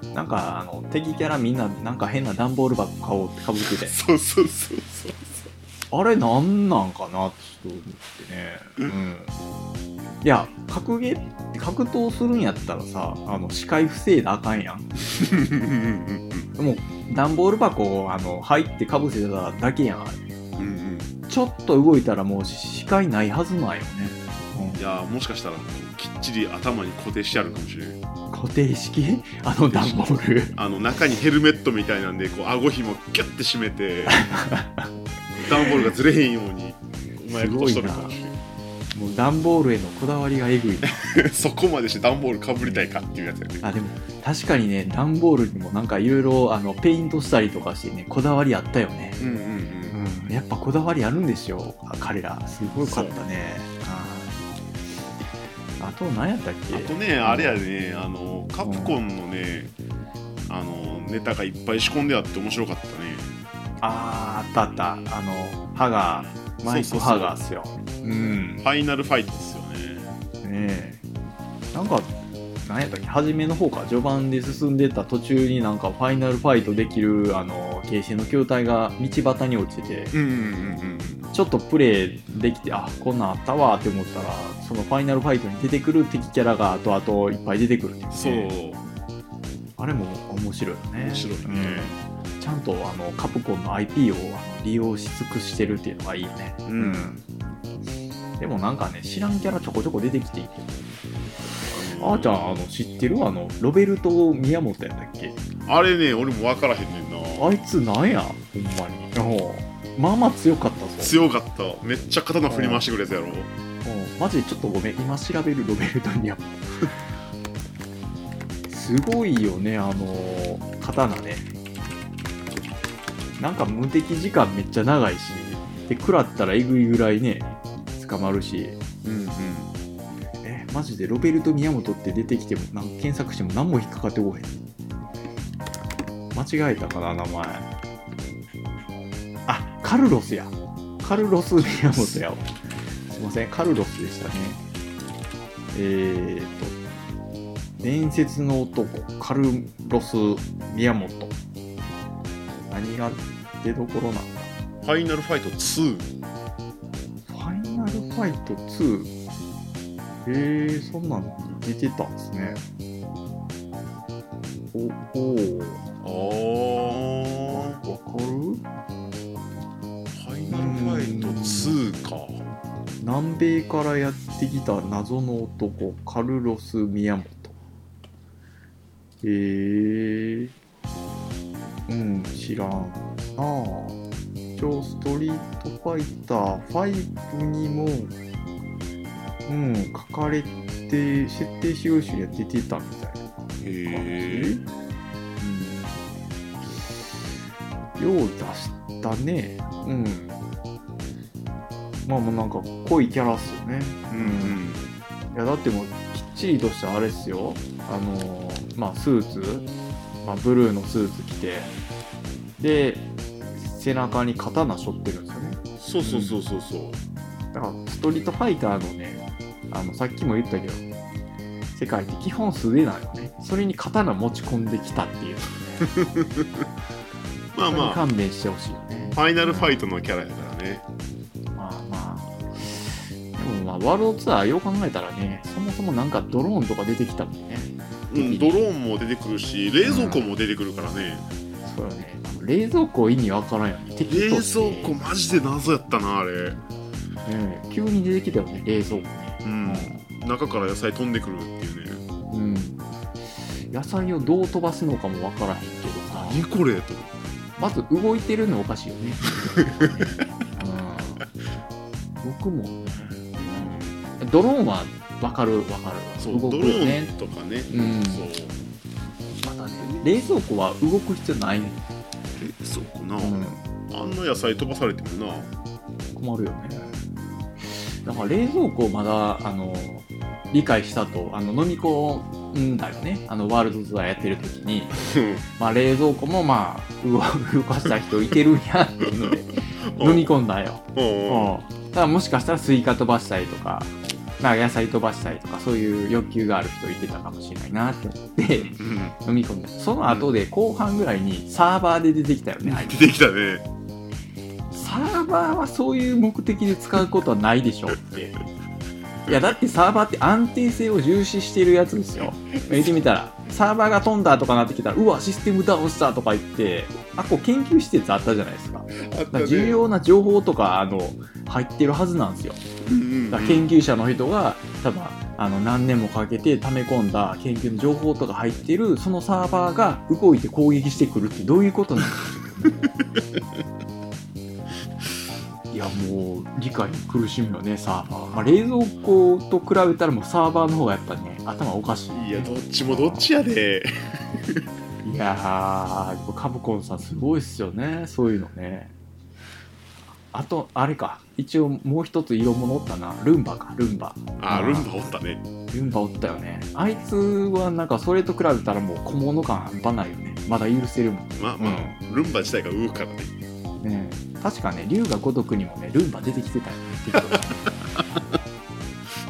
う
うん、なんかあの敵キャラみんななんか変な段ボール箱買おうってかぶってて
そうそうそうそう
あれなんなんかなってちょっと思ってね。うん。いや、格ゲーって格闘するんやったらさ、あの、視界防いだらあかんやん。
うんうん
でも、段ボール箱を、あの、入ってかぶせただけやん。
うんうん
ちょっと動いたらもう視界ないはずなんよね。
いやーもしかしたらきっちり頭に固定してあるかもしれない
固定式 あの段ボール。
あの中にヘルメットみたいなんでこう顎ひもキュッて締め て段ボールがずれへんようにうまいことしとるかもしれな
もう段ボールへのこだわりがえ ぐい。
い そこまでして段ボールかぶりたいかっていうやつやね
あ、でも、確かにね、段ボールにもなんかいろいろ、あの、ペイントしたりとかしてね、こだわりあったよね。
うんうんうん
うん、やっぱこだわりあるんですよあ彼らすごかったねあーあと何やったっけ
あとねあれやねあのカプコンのねあのネタがいっぱい仕込んであって面白かったね
あーあったあったあの歯がマイク歯がっすようん
フ
ね
ァイナルファイトですよね
えなんか何やったっけ初めの方か序盤で進んでた途中になんかファイナルファイトできるあの形式の球体が道端に落ちてて
うんうんうん
ちょっとプレイできてあこんなんあったわって思ったらそのファイナルファイトに出てくる敵キャラが後々いっぱい出てくるっていね
そう
あれも面白いよね
面白いね
うんちゃんとあのカプコンの IP をあの利用し尽くしてるっていうのがいいよね
うん
でもなんかね知らんキャラちょこちょこ出てきていてあ
あ
ーちゃんあの知ってるあのロベルト・宮本やったっけ
あれね俺も分からへんねんな
あいつなんやほんまにおうまあまあ強かったぞ
強かっためっちゃ刀振り回してくるやつやろ
うんマジでちょっとごめん今調べるロベルト・宮本 すごいよねあの刀ねなんか無敵時間めっちゃ長いしで食らったらえぐいぐらいね捕まるし
うんうん
えマジでロベルト・宮本って出てきてもなんか検索しても何も引っかかってこへん間違えたかな名前あカルロスやカルロス・宮本やわすいませんカルロスでしたねえー、っと伝説の男カルロス・宮本何が出どころなんだ
ファイナルファイト2
ファイナルファイト2。へえー、そんなの出てたんですね。お、おー
あ
わかる
ファイナルファイト2か
南米からやってきた謎の男、カルロス・宮本。へえー。うん、知らん。なあ。一応、ストリートファイター5にも、うん、書かれて、設定使用集には出てたみたい
へ
な。
え
うん、よう出したねうんまあもうなんか濃いキャラっすよね
うんうん
いやだってもうきっちりとしたあれっすよあのーまあスーツ、まあ、ブルーのスーツ着てで背中に刀背負ってるんですよね
そうそうそうそうそう
だからストリートファイターのねあのさっきも言ったけど世界って基本素手なのねそれに刀持ち込んできたっていう
まあまあ
勘弁してほしいよね
ファイナルファイトのキャラやからね
まあまあでもまあワールドツアーよう考えたらねそもそもなんかドローンとか出てきたもんね
うんドローンも出てくるし冷蔵庫も出てくるからね
そうよね冷蔵庫意味わからんよね敵
冷
として
蔵庫マジで謎やったなあれ
ね急に出てきたよね冷蔵庫
うん中から野菜飛んでくるっていうね
うん、野菜をどう飛ばすのかもわからへんけどさ
何これと
まず動いてるのおかしい よね。うん、僕も、ドローンは分かる分かる
そうド
動
ロ
くよ
ー
ね
ンとかね
うん
そう
またね冷蔵庫は動く必要ないね、
えそうかな、あんな野菜飛ばされてもな
困るよねだから冷蔵庫をまだあの理解したとあの飲み込んだよねあのワールドツアーやってる 時に、まあ、冷蔵庫もまあ動動かした人いてるんやっていう ので飲み込んだよ
うん
うん、だからもしかしたらスイカ飛ばしたりとかなんか野菜飛ばしたりとかそういう欲求がある人いてたかもしれないなって思って
うん
飲み込んだその後で後半ぐらいにサーバーで出てきたよねあいつ
出てきたね
サーバーはそういう目的で使うことはないでしょうっていやだってサーバーって安定性を重視してるやつですよ言ってみたらサーバーが飛んだとかなってきたらうわシステムダウンしたとか言ってあこう研究施設あったじゃないですか
あっ
だから重要な情報とかあの入ってるはずなんですよ
うん
だから研究者の人が多分あの何年もかけて溜め込んだ研究の情報とか入ってるそのサーバーが動いて攻撃してくるってどういうことなのいやもう理解に苦しむよねサーバー、まあ、冷蔵庫と比べたらもうサーバーの方がやっぱね頭おかしい
いやどっちもどっちやで
いやー、カブコンさんすごいっすよね、そういうのね。あと、あれか、一応もう一つ色物おったな、ルンバか、ルンバ。
あルンバおったね
ルンバおったよね。あいつはなんかそれと比べたらもう小物感半端ないよね。まだ許せるもん。
まあまあ、ルンバ自体が動くからね
ねえ確かね、龍が如くにもね、ルンバ出てきてたよね、適当に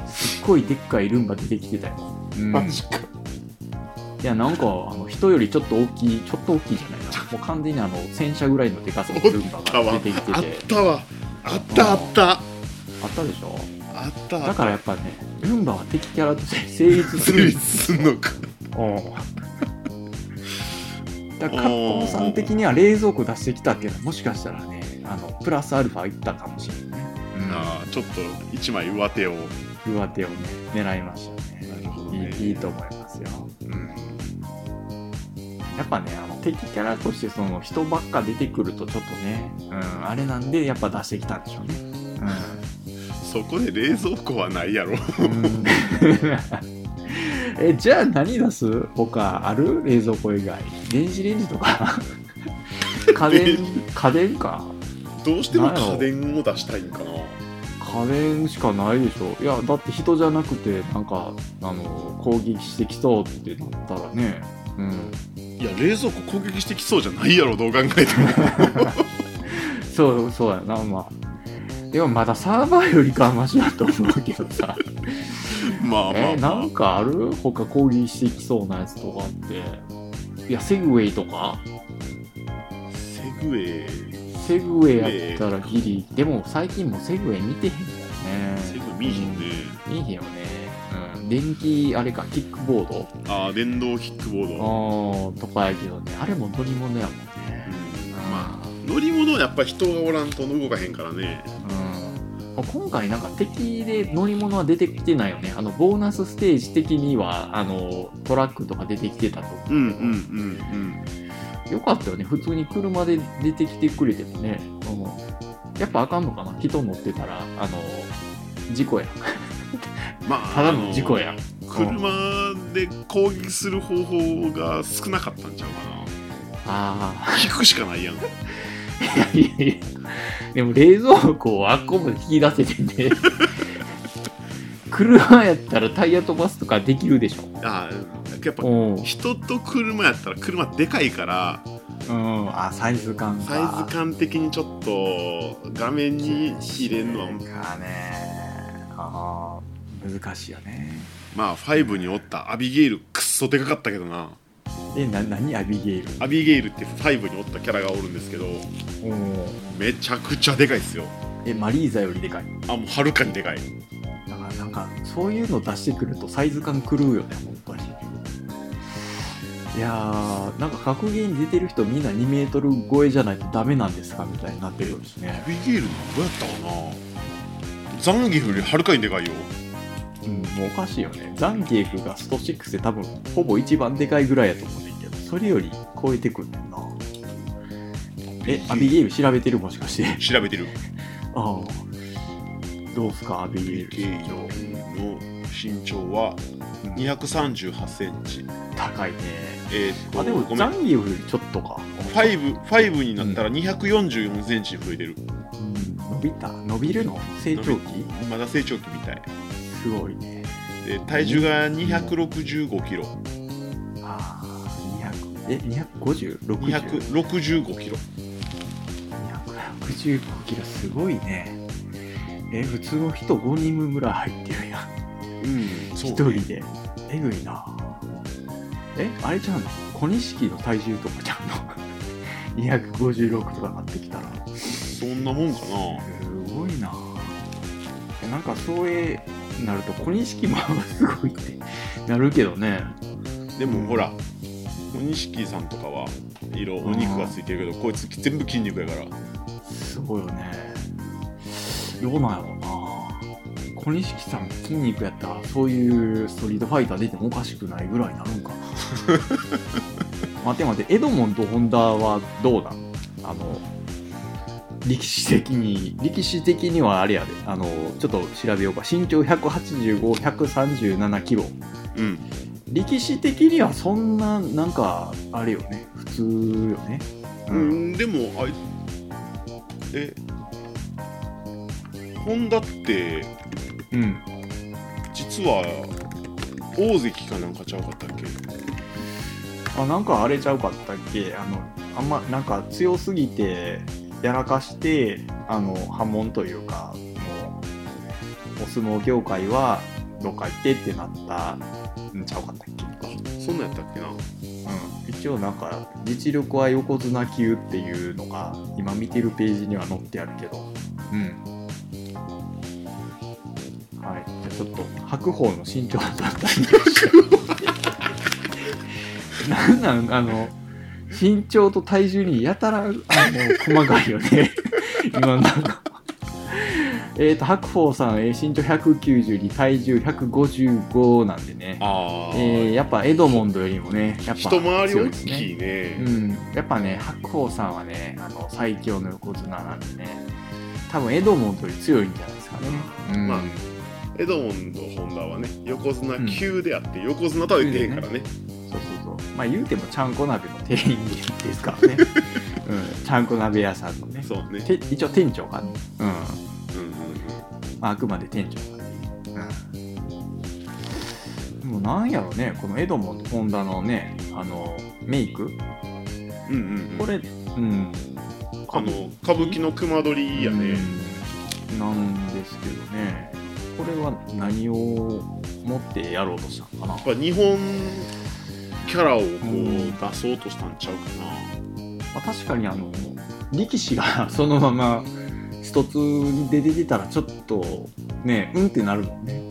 すっごいでっかいルンバ出てきてたよ。うん
か
いやなんかあの人よりちょっと大きいちょっと大きいじゃないなもう完全にあの戦車ぐらいのでかさのルンバが出てきて
あってたわあったあった
あったでしょ
あった
だからやっぱねルンバは敵キャラとして成立す
成
る
立すんのか
うんだからカッコンさん的には冷蔵庫出してきたっていうのはもしかしたらねあのプラスアルファいったかもしれないね、
あーちょっと一枚上手を、
上手をね狙いましたね
なるほど
い
ね
いいいと思いますよ
うん
やっぱねあの敵キャラとしてその人ばっか出てくるとちょっとね、うん、あれなんでやっぱ出してきたんでしょうね、
そこで冷蔵庫はないやろ
うん、 えじゃあ何出す他ある冷蔵庫以外電子レンジとか家電 家電か
どうしても家電を出したいんかな
家電しかないでしょいやだって人じゃなくてなんかあの攻撃してきそうってなったらねうん
いや冷蔵庫攻撃してきそうじゃないやろどう考えても
そうそうやなまあでもまだサーバーよりかはマシだと思うけどさ
まあま
え
あ、ま
な
あ
んかある他攻撃してきそうなやつとかっていやセグウェイとか
セグウェイ
セグウェイやったらギリでも最近もうセグウェイ見てへんからね
セグウェイ見えひんね
見えへんよね、うん、電気あれかキックボード
ああ電動キックボード
あーとかやけどねあれも乗り物やもんね
うんまあ
ま
乗り物はやっぱ人がおらんと動かへんからね
あ、うん、今回なんか敵で乗り物は出てきてないよねあのボーナスステージ的にはあのトラックとか出てきてたと思う、
うんうんうん
よかったよね普通に車で出てきてくれてもね、うん、やっぱあかんのかな人乗ってたらあの事故や
うんまあ
ただの事故や
あの車で攻撃する方法が少なかったんちゃうか
あ
な 引くしかないやん
あいやいやいやでも冷蔵庫をあっこまで引き出せてて車やったらタイヤ飛ばすとかできるでしょ
ああやっぱ
うん
人と車やったら車でかいから
うん、あサイズ感か
サイズ感的にちょっと画面に入れるのは
かねあー難しいよね
まあ5におったアビゲイルくっそでかかったけどな
えな何アビゲイル
アビゲイルって5におったキャラがおるんですけどめちゃくちゃでかいっすよ
えマリーザよりでかい
あもうはるかにでかい
だからなんかそういうの出してくるとサイズ感狂うよね本当にいやーなんか格ゲーに出てる人みんな2メートル超えじゃないとダメなんですかみたいになってくるし
ア
ね、
ビゲイルどうやったかなザンギフよりはるかにでかいよ
うん、もうおかしいよねザンギエフがスト6で多分ほぼ一番でかいぐらいやと思うねんけどそれより超えてくんねんなえアビゲイル調べてるもしかして
調べてる
ああどうすかアビ
ア
ゲイ
ビ
ル
ゲイルの身長は2 3 8ンチ
高いね
えーっと
あでも
ごめ
ザ
ん
ンギエフよりちょっとか
5, 5になったら2 4 4ンチ増えてる、
うん伸びた伸びるの成長期
まだ成長期みたい
すごいね
で体重が265キロ
ああ200え25060
265キロ
265キロすごいねえ普通の人5人ぐらい入ってるやん
うんそ
一
う
人でえぐいなえあれちゃうの小錦の体重とかちゃうの 256とかなってきたら
そんなもんかな
すごいなえなんかそういうなると小錦も すごいってなるけどね
で
うん
もほら小錦さんとかは色お肉がついてるけどこいつ全部筋肉やから
すごいよねどうなんやろうな小錦さん筋肉やったらそういうストリートファイター出てもおかしくないぐらいになる んかな待て待てエドモンとホンダはどうなんあの力士的に力士的にはあれやであのちょっと調べようか身長185137キロ
うん
力士的にはそんななんかあれよね普通よね
うん、でもあいえホンダって
うん
実は大関かなんかちゃうかったっけ
あなんかあれちゃうかったっけあのあんまなんか強すぎてやらかしてあの波紋というかもうお相撲業界はどっか行ってってなったんちゃうかったっけ、
そんなんやったっけな
うん、一応なんか実力は横綱級っていうのが今見てるページには載ってあるけどうんはいじゃあちょっと白鵬の身長だった なんなんあの身長と体重にやたらあの細かいよね今なんかえっ、と、白鵬さん、えー身長192、体重155なんでね、
ああ、
えーやっぱエドモンドよりもね、やっぱ
一回り
強い
大
ですね
きいね
うん、やっぱね白鵬さんはねあの最強の横綱なんでね多分エドモンドより強いんじゃないですかね、うん
まあエドモンド・ホンダはね横綱級であって、横綱とは言ってへんからね
そうそうそうまあ言うてもちゃんこ鍋の店員で すからね、うん、ちゃんこ鍋屋さんのね
そうね
て一応店長がね、うん
うんうん
まあ、あくまで店長がね、うん、でもなんやろねこのエドモンドホンダのねあのメイク
うんうんうん
これうん
あの歌舞伎の熊取やね、
うんなんですけどねこれは何を持ってやろうとしたのかな
やっぱ日本キャラをこう
うん
出そうとしたんちゃうかな
まあ、確かにあの力士が そのまま一つで出てたらちょっとねうんってなるもんね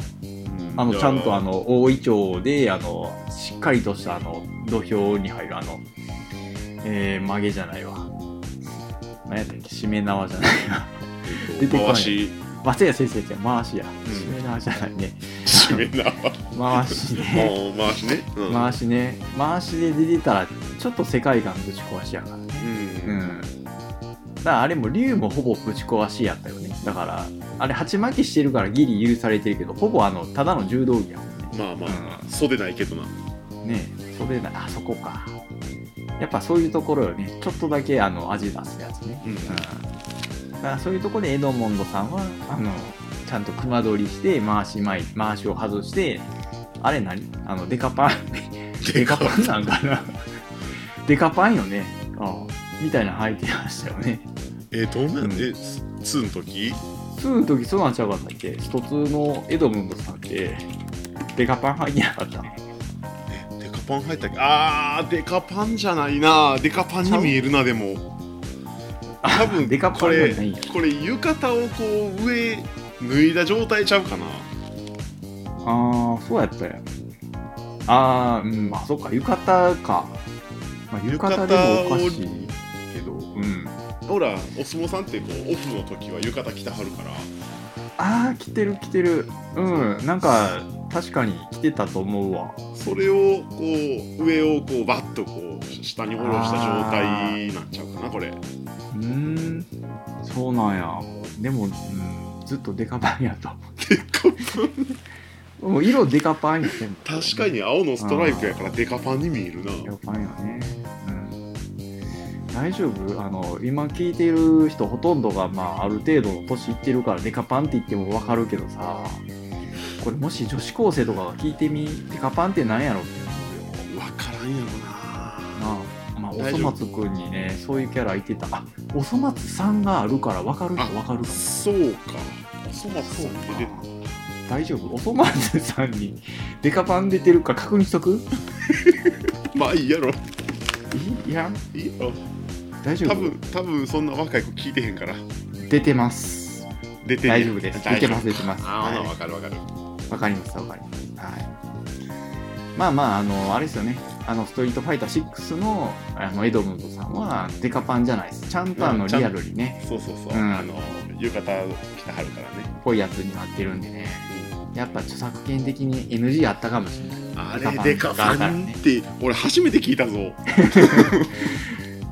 あのちゃんとあの大いちょうであのしっかりとしたあの土俵に入るあの、えー曲げじゃないわ何やったっけしめ縄じゃない わ出て
出
こない
回し
松屋先生じゃ回しやしめ縄じゃないね
締めな
回し ね
もう回しね、うん、
回しね回しで出てたらちょっと世界観ぶち壊しやからね
うん、
うんだからあれも竜もほぼぶち壊しやったよねだからあれ鉢巻きしてるからギリ許されてるけどほぼあのただの柔道着やもんね
まあまあ、まあ、袖ないけどな
ねえそれなあそこかやっぱそういうところよねちょっとだけあの味出すやつね
うん
うんだからそういうところでエドモンドさんはあのちゃんと熊取りして回し前回しを外してあれ何あのデカパンデカパンなんかなデカパンよねああみたいなの履いてましたよね
えどんな
うんん
で、ツ2の時
2の時そうなんちゃうかったっけ一つのエドムンドさんってデカパン履いてなかった
デカパン入ったっけあーデカパンじゃないなデカパンに見えるなでも多分
デカパ
こ
ンじ
れ
ゃないんや
これ浴衣をこう上脱いだ状態ちゃうかな
ああそうやったやああうんまあそっか浴衣か、まあ、浴衣でもおかしいけどうん
ほらお相撲さんってこうオフの時は浴衣着てはるから
ああ着てる着てるうんなんか確かに着てたと思うわ
それをこう上をこうバッとこう下に下ろした状態なんちゃうかなこれ
うーんそうなんやでも、うん、ずっとデカパンやと
デカ
もう色デカパンや全部
パン確かに青のストライプやからデカパンに見えるな
やばいよね、うん、大丈夫あの今聞いてる人ほとんどが、まあ、ある程度の年いってるからデカパンって言っても分かるけどさこれもし女子高生とかが聞いてみデカパンってなんやろって
分からんやろな
なあまあお
大
そ
丈夫
松くんにねそういうキャラいてたあおそ松さんがあるから分かる人
あ
分かるかも
そうかおそ松
そ
さ
うんか
出てた
大丈夫おそ松さんにデカパン出てるか確認しとく
まあいいやろ
いいや
いいやろ
大丈
多
夫
分多分そんな若い子聞いてへんから
出てます
出てんねん
大丈夫です
大
出て
丈
ます
夫
出てます
あ
はい
あ分かる分かる
わかりますわかります。はい。まあまあ、あの、あれですよね。あの、ストリートファイター6の、あの、エドムンドさんは、デカパンじゃないです。ちゃんとあ
う
の、
んちゃん
リアルにね、
そうそうそう、
うん
あの浴衣着てはるからね
ぽいやつになってるんでね。やっぱ著作権的に NG あったかもしれない。
あ
れ
れ
デ
デ
カ
カ
パ
パ
ンだから
ン
ね
って俺初めて聞いたぞ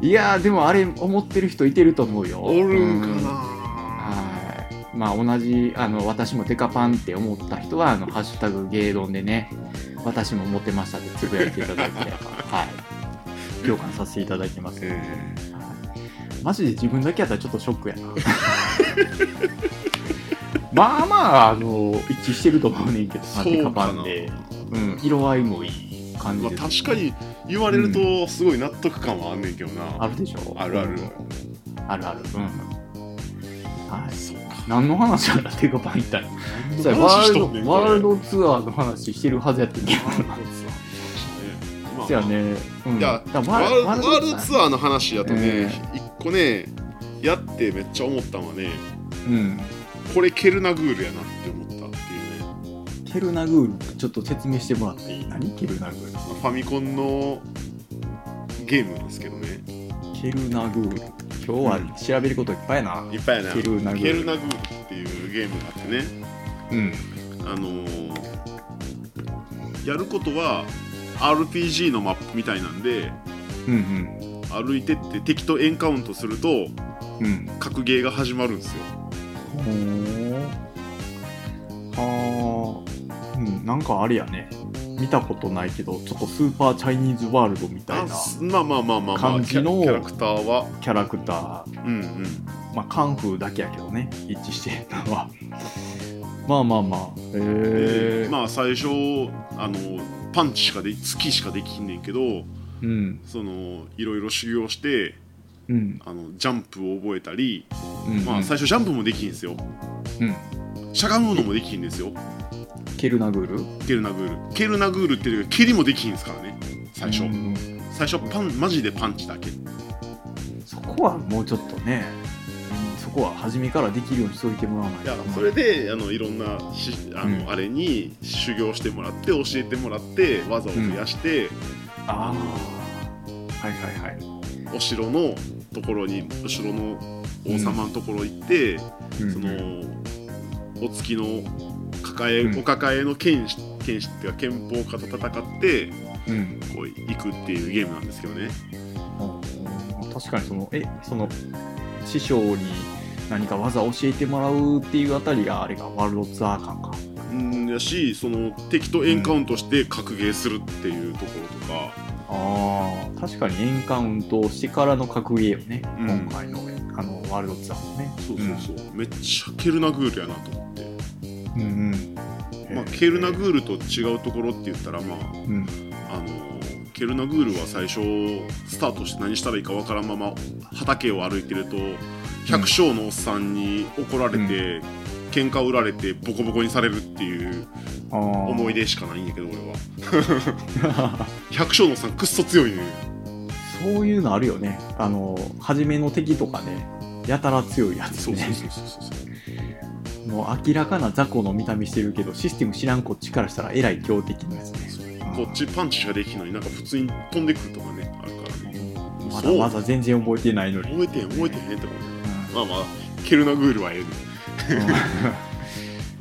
いやー、でもあれ思ってる人いてると思うよ。
おるんか
うん
な
はい。まあ、同じ、あの、私もデカパンって思った人は、あの、ハッシュタグゲードンでね、私も持ってましたってつぶやいていただい て、はい。共感させていただきます。
え
マジで自分だけやったらちょっとショッ クやなまあまああの一致してると思うねんけど
そうかな
デカパンで、うん、色合いもいい感
ーまあ、
じです、
確かに言われるとすごい納得感はあんねんけどな、
あるでしょ
あるある
あるあるうんはい
そうか
何の話やったデカパン一体
何の
ワ
話し
ール
とんねん
ドワール
こ
ドツアーの話してるはずやってんけ
れ
ど
ワールドツアーの話ね
なそうやね、うん、
いや
だから
ワールド
ワ
ワ
ール
ール
ド
ド
ツ
ツアーの話やと
え
ね、一個ねやってめっちゃ思ったのはね
アーうん
これケルナグールやなって思ったっていうね
ケルナグールちょっと説明してもらっていい何ケルナグール
ファミコンのゲームなんですけどね
ケルナグール
フ
今日は調べることいっぱいやな、
いっぱいやな
ケルナグ
ケルナグっていうゲームがあってね
うん
あのー、やることは RPG のマップみたいなんで
うん
歩いてって敵とエンカウントすると
うんうん
格ゲーが始まるんですよ
ほーあーうんなんかあれやね見たことないけどちょっとスーパーチャイニーズワールドみたい
あ
な
すまあまあまあまあまあ
感じの
キャキャラクターは
キャラクター
うんうん
まあカンフーだけやけどね一致してるのは まあまあまあへ
で
え
まあ最初あのパンチしかで突きしかできんねんけど
うん
そのいろいろ修行して
うん
あのジャンプを覚えたり、
うん
まあ、最初ジャンプもできんですよ
うん
しゃがむのもできんですよ
ケルナグール
ケルナグールケルナグールっていう蹴りもできんですからね最初、
うん
最初パンマジでパンチだけ
そこはもうちょっとね、うんそこは初めからできるようにしといてもらわない
いや
と
それであのいろんなしあの、
うん
あれに修行してもらって教えてもらって技を増やして、
ああはいはいはい、
お城のところにお城の王様のところ行って、そのお月の抱え、
うん
お抱えの剣士剣士っていうか剣法家と戦って
うん
こう行くっていうゲームなんですけどね
うん確かにそのえその師匠に何か技を教えてもらうっていうあたりがあれがワールドツアー感か
うんやしその敵とエンカウントして格ゲーするっていうところとか、
あー確かにエンカウントをしてからの格ゲーよね、
うん
今回のあのワールドツアーもね
そうそうそう、めっちゃケルナグールやなと思って、
うんうん
まあ、ケルナグールと違うところって言ったらまあ
うん
あのケルナグールは最初スタートして何したらいいかわからんまま畑を歩いてると百姓のおっさんに怒られて、喧嘩売られてボコボコにされるっていう
あー
思い出しかないんやけど俺は 百姓のおっさんくっそ強いね
そういうのあるよね。あの、初めの敵とかね、やたら強いやつ
そう
ね
そう。そうそうそう
もう明らかな雑魚の見た目してるけど、システム知らんこっちからしたらえらい強敵なやつね。
こっちパンチしかできんのになんか普通に飛んでくるとかねあるからね
うんまだまだ全然覚えてないのに。
覚えてへん覚えてへんとかねまあまあケルナグールはええね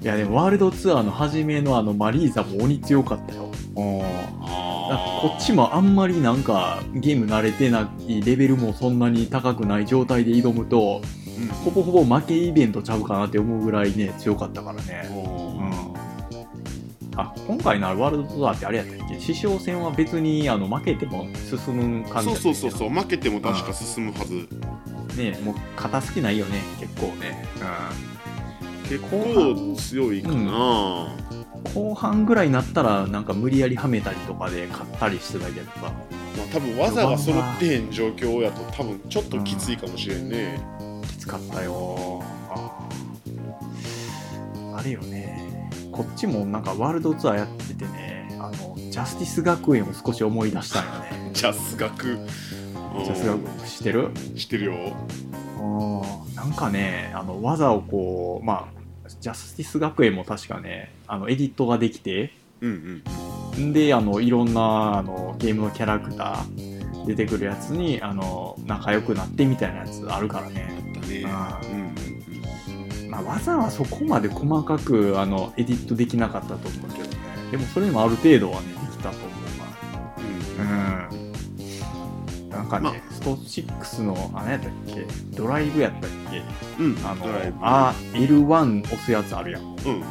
うん いやでもワールドツアーの初めのあのマリーザも鬼強かったよ。うんなんか
あ
こっちもあんまりなんかゲーム慣れてないレベルもそんなに高くない状態で挑むとほぼほぼ負けイベントちゃうかなって思うぐらいね強かったからね。うんあ今回のワールドツアーってあれやったっけ師匠戦は別にあの負けても進む感じ
そうそうそうそうう負けても確か進むはず
ねもう片付きないよね結構ね、
結構強いかな、
後半ぐらいになったらなんか無理やりはめたりとかで勝ったりしてたけどさ
まあ、多分技が揃ってへん状況やと多分ちょっときついかもしれんね、
きつかったよあーあれよねこっちもなんかワールドツアーやっててねあのジャスティス学園を少し思い出したんよね
ジャス学
ジャス学園知ってる
してるよ
あーなんかねあの技をこうまあジャスティス学園も確かねあのエディットができて
うんうん
んであのいろんなあのゲームのキャラクター出てくるやつにあの仲良くなってみたいなやつあるからね、
だね
あ
うんうん
まあ、技はそこまで細かくあのエディットできなかったと思うけどねでもそれでもある程度はねできたと思うな
うん
うんなんかね、
まあ
スト6のあ何やったっけドライブやったっけ
うんうん
あの
ドライブ
あ L1 押すやつあるやん
うんうんうん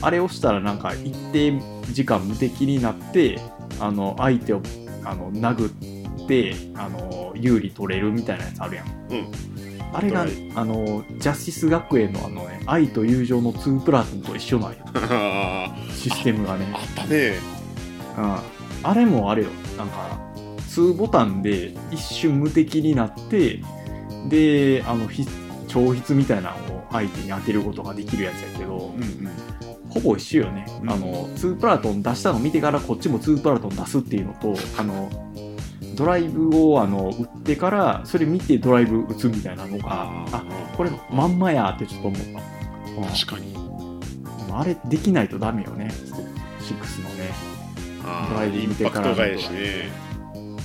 あれ押したらなんか一定時間無敵になってあの相手をあの殴ってあの有利取れるみたいなやつあるやん、
ん
あれが
はい
あのジャスティス学園のあの、ね、愛と友情の2プラスと一緒なんよ
あ
システムがね
ったね
うんあれもあれよなんか2ボタンで一瞬無敵になってであのひ超筆みたいなのを相手に当てることができるやつやけど
うんうん
ほぼ一緒よね、
うん
あの2プラトン出したの見てからこっちも2プラトン出すっていうのとあのドライブをあの打ってからそれ見てドライブ打つみたいなのがあ
あ
これまんまやってちょっと思ったうん
確かに
でもあれできないとダメよね6のね
あ
ドライブ
ーイ
見
ン
て
パ
か
ク
ら
トがええしね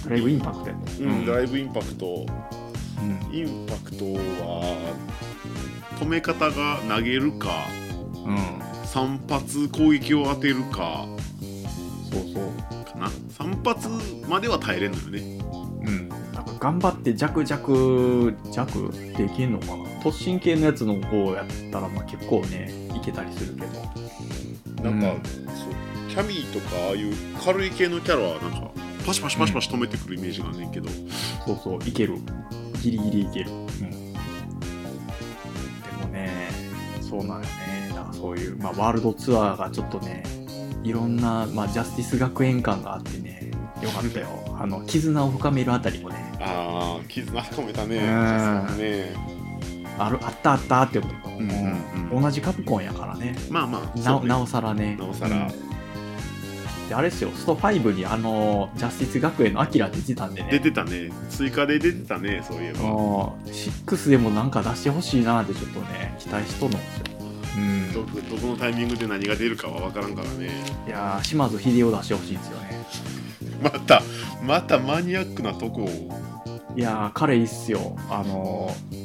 ドライブインパクトやった
うん、ドライブインパクトインパクトは止め方が投げるか
うん、うん、
3発攻撃を当てるか
そうそう
かな3発までは耐えれんのよね
うん、なんか頑張って弱弱弱できんのかな突進系のやつの方やったらまあ結構ねいけたりするけど
なんか、
うん
そうキャミーとかああいう軽い系のキャラはなんかパシパシパシパシ止めてくるイメージがあんねんけど、
そうそういけるギリギリいける、うん、でもねそうなんよねだからそういう、まあ、ワールドツアーがちょっとねいろんな、まあ、ジャスティス学園感があってねよか ったよあの絆を深めるあたりもね
ああ絆込めたね
うん
ジャスさんね
あるあったあったって思った、
うんうんうん
同じカプコンやからね
まあまあ
な
そう
お
ね
なおさらね
なおさら
うんであれですよスト5にあのジャスティス学園のアキラ出てたんでね
出てたね追加で出てたねそういえ
あ
ば
の6でもなんか出してほしいなってちょっとね期待しとるんですよ、
どどこのタイミングで何が出るかは分からんからね
いやー島津秀夫出してほしいんですよね
またまたマニアックなとこを
いやー彼いいっすよあのー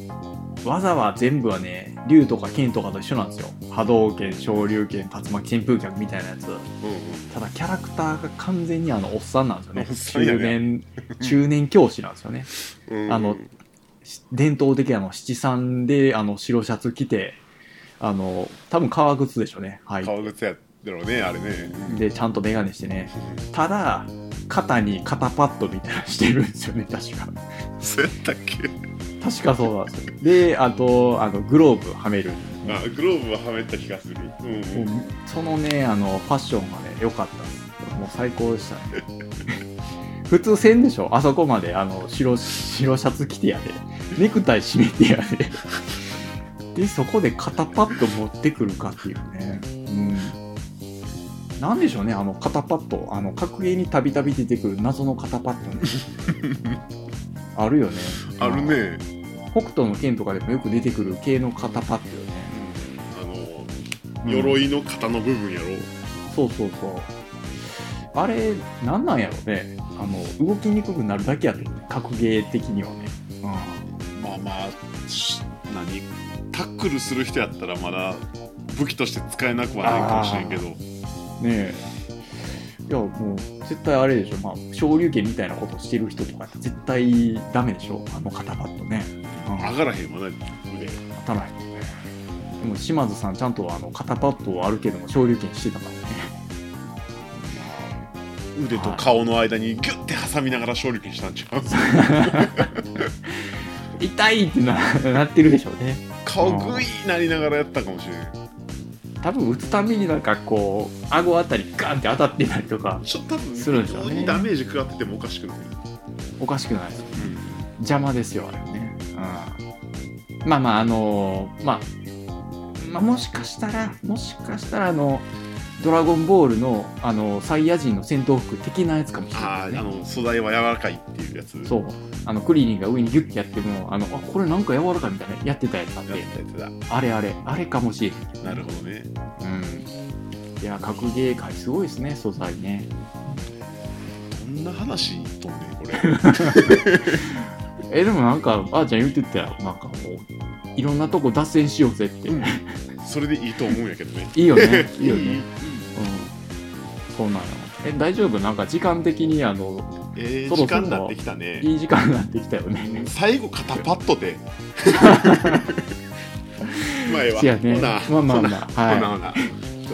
技は全部はね竜とか剣とかと一緒なんですよ波動拳昇竜拳竜巻旋風脚みたいなやつ
うんうん
ただキャラクターが完全にあのおっさんなん
おっ
です
さ
よ
んや
ね
ね
中年中年教師なんですよね
うん
あのし伝統的なあの七三であの白シャツ着てあの多分革靴でしょうねはい
革靴やだろうねあれね
でちゃんと眼鏡してねただ肩に肩パッドみたいなのしてるんですよね確か
そうやったっけ
確かそうなんですよであとあのグローブはめる
あグローブははめた気がするうんうん
もうそのねあのファッションがね良かったですもう最高でしたね 普通せんでしょあそこまであの白白シャツ着てやでネクタイ締めてやででそこで肩パッド持ってくるかっていうねうんなんでしょうねあの肩パッドあの格ゲーにたびたび出てくる謎の肩パッドね あるよね
あるね
北斗の剣とかでもよく出てくる系の肩パッドよね
あの
うん
鎧の型の部分やろ
そうそうそう。あれ、なんなんやろね。あの、動きにくくなるだけやと思う、格ゲー的にはね。
まあまあし何タックルする人やったらまだ武器として使えなくはないかもしれんけど
うん。ねえ。いや、もう、絶対あれでしょ。まあ、昇竜拳みたいなことしてる人とかやったら絶対ダメでしょ。あの肩パッドね。うん
上がらへんわな腕
立たないもんね。でも、島津さん、ちゃんとあの肩パッドはあるけども、昇竜拳してたからね。
腕と顔の間にギュッて挟みながら勝利にしたんちゃう
痛いってななってるでしょうね。
顔グイーなりながらやったかもしれん
多分、打つたびになんかこう、顎あたりガンって当たってたりとか、
ちょっと多分
するんでしょうね
非常にダメージ食らっててもおかしくない、
おかしくないです邪魔ですよあれね、うん、まあまああのーまあ、まあもしかしたらもしかしたらあの「ドラゴンボールの」あのサイヤ人の戦闘服的なやつかもしれ
ああ
ない、
あ
ね、
の素材は柔らかいっていうやつ
そうあのクリリンが上にギュッてやってもあのあこれなんか柔らかいみたいなやってたやつあっ
や
て
ったやつだ
あれあれあれかもしれへん
なるほどね
うんいや格ゲー界すごいですね素材ね
どんな話とんねんこれ
えでもなんかばあちゃん言ってたよなんかもういろんなとこ脱線しようぜって、
うんそれでいいと思うんやけどね
いいよ ねいいよ
いいいい
ねうん、そうなの。え、大丈夫なんか時間的に、あの、
えー、
そ
時
ろそろ
間になってきたね
いい時間になってきたよね。
最後肩パッと でまあええわ
せやね
ほな
まあまあまあはい
ほなほなと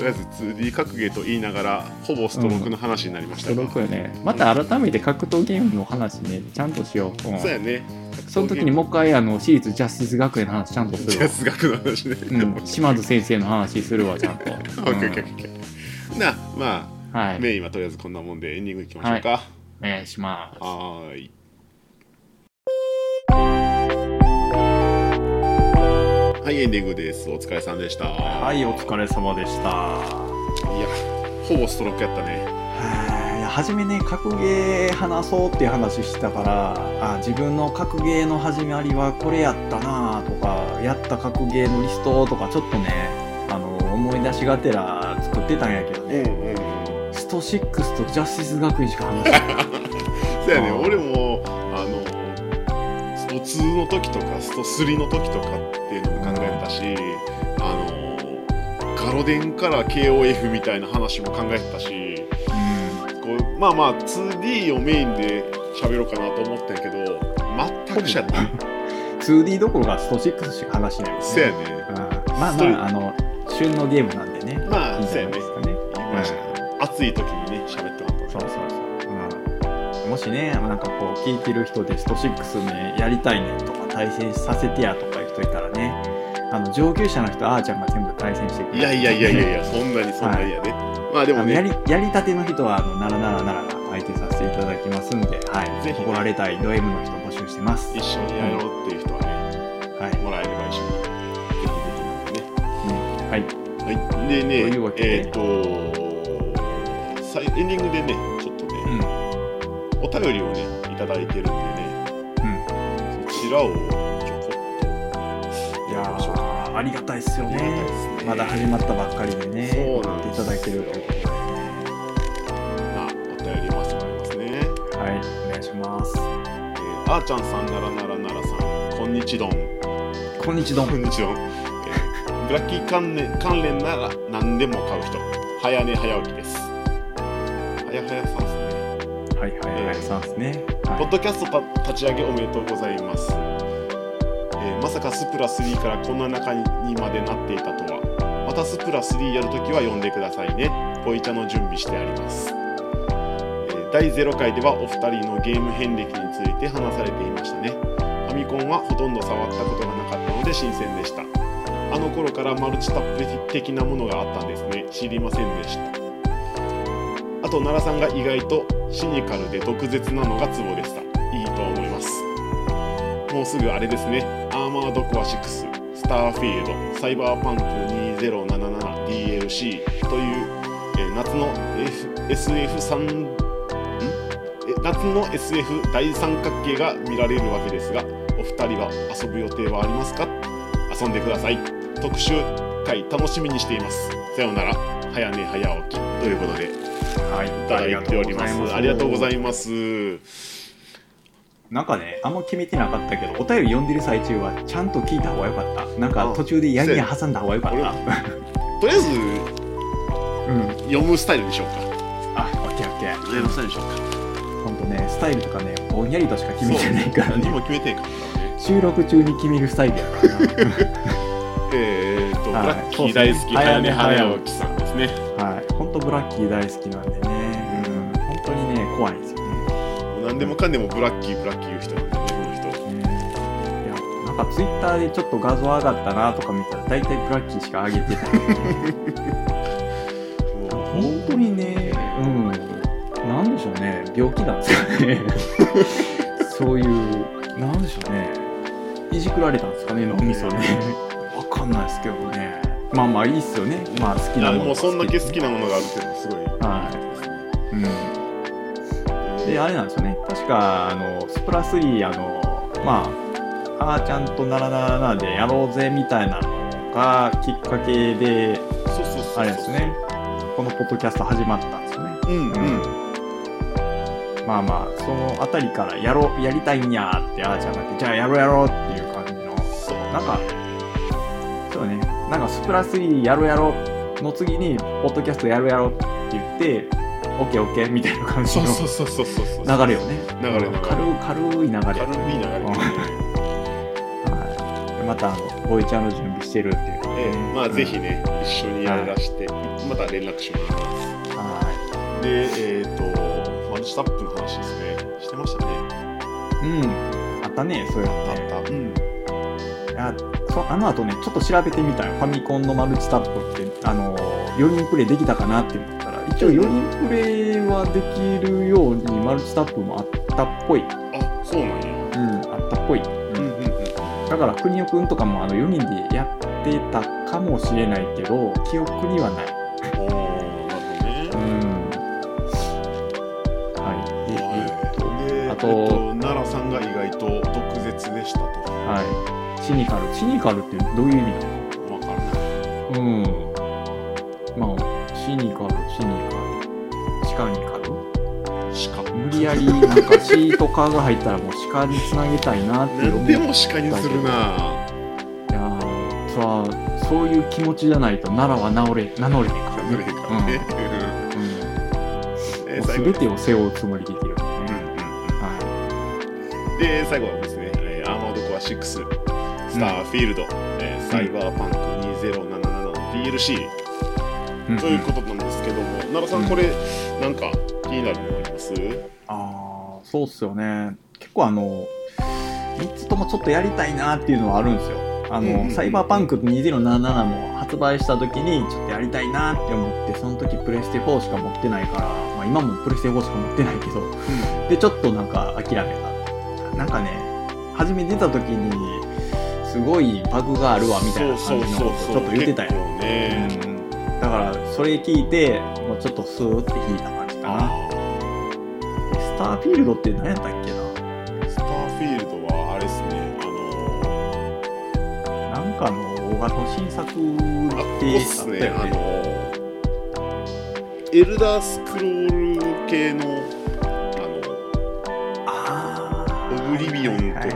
りあえず 2D 格ゲーと言いながらほぼストロークの話になりました
す
が、
ごくよね。また改めて格闘ゲームの話ね、ちゃんとしよう。うん
そうやね
その時にもう一回、あの、私立ジャスティス学園の話ちゃんとす
ジ
るわ
ャ。ズ学の話ね、
うん、島津先生の話するわ、ちゃん と。
オッケーオッケーオッケーなま
うんは
あ
い。
メインはとりあえずこんなもんでエンディングいきましょうか
お願いします。、
はーいはいエンディングですお疲れさんでしたはい
お疲れ様でした。
いやほぼストロークやったね
はいいや初めね格ゲー話そうっていう話したからあ自分の格ゲーの始まりはこれやったなとかやった格ゲーのリストとかちょっとねあの思い出しがてら作ってたんやけど
うん
ね
うん
スト6とジャスティス学院しか話してない
そうやね
あー
俺もあのストドツーの時とかストスリの時とかっていうのも考えたし、あのガロデンから KOF みたいな話も考えてたしこうまあまあ 2D をメインで喋ろうかなと思ったんやけど全くしゃない
2D どころかスト6しか話しないです
せや
ね。
ね
うんまあ
ストリ
まあ、あの、旬のゲームなんでね。
ま
い
あ
いんじ
せ
ゃ
や
な
ね
いですかね。
言いましたけど暑い時にね喋ってもらった
そう
ら
そうそう。うん、もしね、なんかこう、聞いてる人でスト6ね、やりたいねとか、対戦させてやとか言う人いたらね、あの、上級者の人、あーちゃんが全部対戦してくれる
いやいやいやいやいやそんなにそんなにやね、まあで
あ
も
のや
ね
りやりたての人はあのならならならが相手させていただきますんで、はい、
ぜひ
怒られたいド M の人募集してます。
一緒にやろうっていう人はね
はい、
もらえれば一緒にできるんでね
うんはい、
はいでね
というわけで
えっ、とさいエンディングでねちょっとね、
うん、
お便りをねいただいてるんでね、そちらをちょこっと
いや
どうしようか
ーありがたいっすよ
ありがたいですね
まだ始まったばっかりでね、
そうなん
やってい
です
た
よ
だけるということ
まあお便り待ちもありますね、
で、はい、お願いします。
えーあーちゃんさんならならならさんこんにち どん
こんにちは。
こんにちどん、えーブラッキー関連関連なら何でも買う人早寝早起きです早早さんですね
はいはいはい、さんですね。は
ポッドキャストた立ち上げおめでとうございます、えーまさかスプラ3からこんな中にまでなっていたとはまたスプラ3やるときは呼んでくださいねポイチャの準備してあります、えー第0回ではお二人のゲーム遍歴について話されていましたねファミコンはほとんど触ったことがなかったので新鮮でしたあの頃からマルチタップ的なものがあったんですね知りませんでしたあと奈良さんが意外とシニカルで毒舌なのがツボでしたいいと思いますもうすぐあれですねアーマードコア6スターフィールドサイバーパンク 2077DLC という、えー夏の、F、SF3 んえ夏の SF 大三角形が見られるわけですがお二人は遊ぶ予定はありますか遊んでください特集回楽しみにしていますさようなら早寝早起きということで
はい、
いただいております。ありがとうございます。
なんかね、あんま決めてなかったけど、お便り読んでる最中は、ちゃんと聞いた方がよかった。なんか
うん
途中でやりや挟んだ方がよかっ
俺
た。
とりあえず
うん、
読むスタイルでしょうか。
あ、オッケーオッケー。
読むスタイルでしょうか。
ほんとね、スタイルとかね、ぼんやりとしか決めてないから
何
ね。
も決めてんからね。
収録中に決めるスタイルやからな。
えーと、ブ
はい
ラッキー大好
そうです
き、
ね
早寝早起きさんですね。
はい、本当ブラッキー大好きなんでね、うん、本当にね、怖いんですよね。
もう何でもかんでもブラッキー、ブラッキー言う人なんでね、この人。
うんいや、なんかツイッターでちょっと画像上がったなとか見たら、大体ブラッキーしか上げてない。
もう
本当にね、うん、なんでしょうね、病気なんですかね。そういう、なんでしょうね、いじくられたんですかね、脳みそね。わかんないですけどね。まあまあいいっすよね。まあ好き
い
な
や
もの
もうそんだけ好き
な。
なものがあるっていうのはすごい。
はうん
い
であれなんですよね確かあのスプラ3あのまああーちゃんとならならなでやろうぜみたいなのがきっかけで
そうそうそうそう。
あれですね。このポッドキャスト始まったんですよね
うんうん。
まあまあそのあたりからやろうやりたいんやーってあーちゃんが言ってじゃあやろうやろうっていう感じの
そう。
なんかそうねなんかスプラ3やろうやろうの次にポッドキャストやろうやろうって言ってオッケーオッケーみたいな感じ
そう
の
そうそうそうそうそう。
流れをね
流れ流れ
軽い軽い流れ
軽い流れだよね。
はい、またあのボイチャーの準備してるっていうことで
え
ね
えまあぜひね、一緒にやらして、また連絡します。
は
で、えっ、と、マルチタップの話ですね。してましたね。
いうんあったねそういうの
あ
ね
った。うん。
あそあの後ねちょっと調べてみたよファミコンのマルチタップってあの4人プレイできたかなって思ったら一応4人プレイはできるようにマルチタップもあったっぽい、うん、
あ、そうなんや。
あったっぽい、う
うんんうんうん。
だから国尾くんとかもあの4人でやってたかもしれないけど記憶にはない
おー、なるほどね
う。んはいで
はいで、
あ
あ
と
と、奈良さんが意外と毒舌でしたと。
はい。シニカル。シニカルってどういう意味な
わからない。
のうん。まあ、シニカル、シニカル。シカニカル
しか
無理やりなんか C とかが入ったらもう鹿につなげたいなって
なん
思い
で
や
も鹿にするな
ーさあそういう気持ちじゃないと奈良は治れ名乗れへんか
ダメだからね、
ら、うん
うん え
も
ー
う
最後
全てを背負うつもりでいける
うん
ね、
うん
は
うんで最後はですね、えーアーマードコア6スターフィールド、えーサイバーパンク2077の DLC、
い、
ということなんですけども奈良さんこれなんか気になるのあります
ああ、そうっすよね。結構あの、3つともちょっとやりたいなっていうのはあるんですよ。あの、
うんうんうん
サイバーパンク2077も発売した時にちょっとやりたいなって思って、その時プレステ4しか持ってないから、まあ今もプレステ4しか持ってないけど、で、ちょっとなんか諦めた。なんかね、初め出た時に、すごいバグがあるわみたいな
そ
感
う
じの
そう
こと
そう
ちょっと言ってたよ
結。構ね、
だから、それ聞いて、もうちょっとスーって引いた感じかな。
あー
スターフィールドって何やったっけな
スターフィールドはあれですねあのー
なんかの大型の新作って
あここ
あ
っ
った
す
よ
ね、あ
ね。
の、エルダースクロール系の、あの、
あ
オブリビオンとか、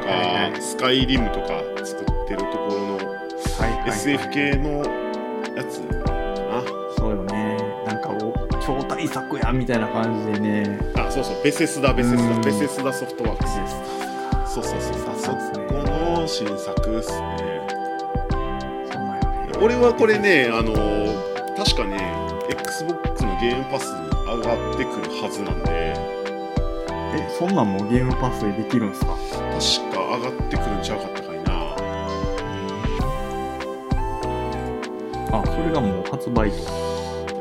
スカイリムとか作ってるところの、SF 系のやつか
そうよね。なんかお超大作やみたいな感じでね。
な。あ、そうそう、ベセスダ、ベセス
う
ダ、
ん
ベセスダソフトワークス。そうそうそう、あそこの新作ですね。
そんなんよね
俺はこれね、あの、確かね、Xbox のゲームパスに上がってくるはずなんで、
え、そんなんもうゲームパスでできるんすか
確か上がってくるんちゃうかったかいな。
あ、それがもう発売と。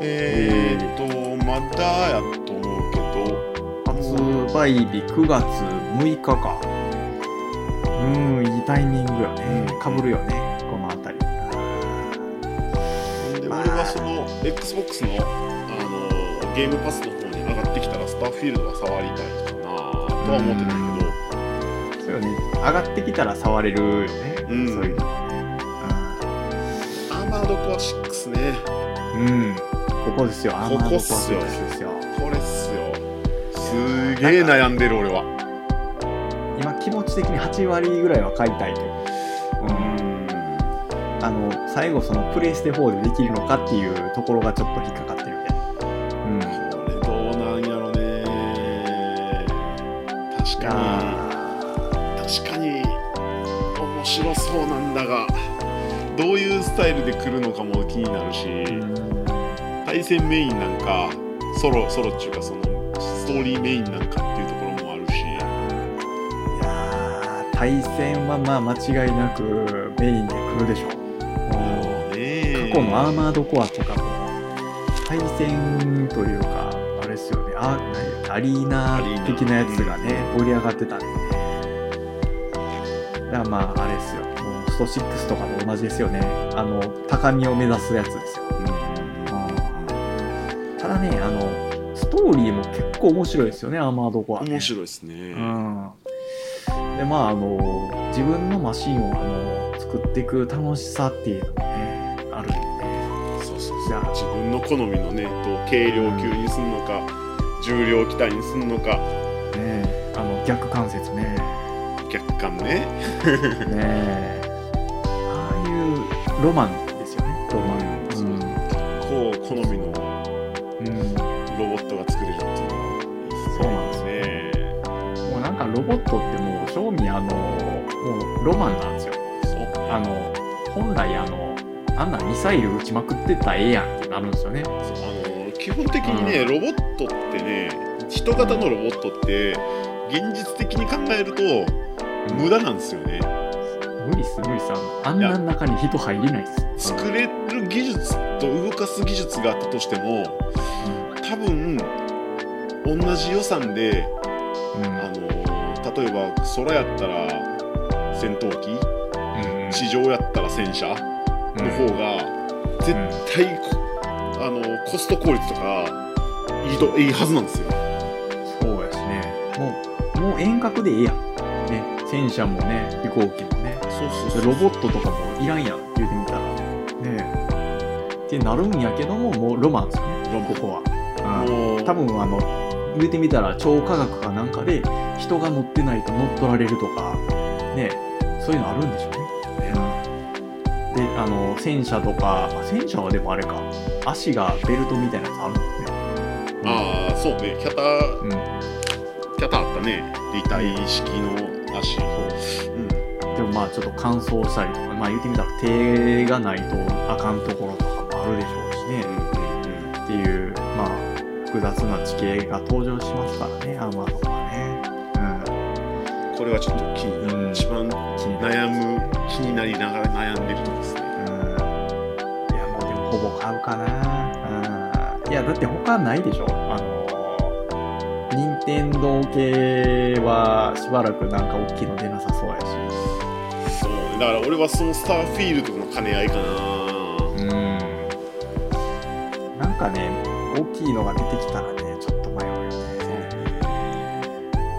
えーっと、またやと思うけど、
発売日9月6日か。うん、いいタイミングよね。
うん
かぶるよね、このあたり。
ほんで俺
まあ
はその XBOX の、あのーゲームパスの方に上がってきたら、スターフィールドは触りたいかなとは思ってないけど、
そうよね。上がってきたら触れるよね。
うん
そういうの
アーマードコア6ね、
うん。ここですよ。アーマードコア6ですよ。
これっすよ。すげえ悩んでる俺は。
今、気持ち的に8割ぐらいは買いたいと。うん。あの、最後、その、プレイステ4でできるのかっていうところがちょっと引っかかってるね。うん。
これどうなんやろね。確か
あ
に、確かに、面白そうなんだが、どういうスタイルで来るのかも気になるし。
ー
対戦メインなんかソロソロっていうかそのストーリーメインなんかっていうところもあるし
いやー対戦はまあ間違いなくメインで来るでしょう。うん
もうね
過去のアーマードコアとかも対戦というかあれですよねあなんやアリーナ的なやつがね盛り上がってたんでねだからまああれですよもうスト6とかと同じですよねあの高みを目指すやつですよただねあのストーリーも結構面白いですよねアーマードコア、
面白いですね、
うんでまああの自分のマシンをあの作っていく楽しさっていうのもねあるんでね
そうそう
じ
そう
ゃあ
自分の好みのねどう軽量級にすんのか、重量機体にすんのか
ねえあの逆関節 ね
客観ね
ねえああいうロマンですよねロマン
そうこう好みの
う
ロ
ん
ボットが作れるっていうの
そう
は
なんです
いいっすね
もうなんかロボットってもう正味あのもうロマンなんですよ
そう
あの本来あのあんなミサイル撃ちまくってたらええやんってなるんですよね
あの基本的にね、
う
ロボットってね人型のロボットって現実的に考えると無駄なんですよね
無理っす無理っすあんなあんな中に人入れないっす
作れる技術と動かす技術があったとしても多分同じ予算で、
うんうん
あの例えば空やったら戦闘機
うん
地上やったら戦車の方が絶対こ、あのコスト効率とかいいといいはずなんですよ。
そうやしねもうもう遠隔でええやんね戦車もね飛行機もね
そうそ
ロボットとかもいらんやんって言うてみたらねえってなるんやけどももうロマンですよね
ロマン
ここは、うん
もう
多分あの言うてみたら超科学かなんかで人が乗ってないと乗っ取られるとかねそういうのあるんでしょうね。であの戦車とかあ戦車はでもあれか足がベルトみたいなやつあるんですね。
ああそうねキャタ
うん
キャタあったね立体式の足うん
でもまあちょっと乾燥したりとか、まあ言ってみたら手がないとあかんところとかもあるでしょうしね、っていう、まあ複雑な地形が登場しますからね、アーマーとかね。
これはちょっと気になる、
うん
一番
うん。気になる。
悩む気になりながら悩んでるとこですね
うん。いや、もうでもほぼ買うかな。うん。いや、だって他ないでしょあの、任天堂系はしばらくなんか大きいの出なさそうやし。
そうねだから俺はそのスターフィールドの兼ね合いかな
うん。なんかね、大きいのが出てきたらね、ちょっと迷うよね。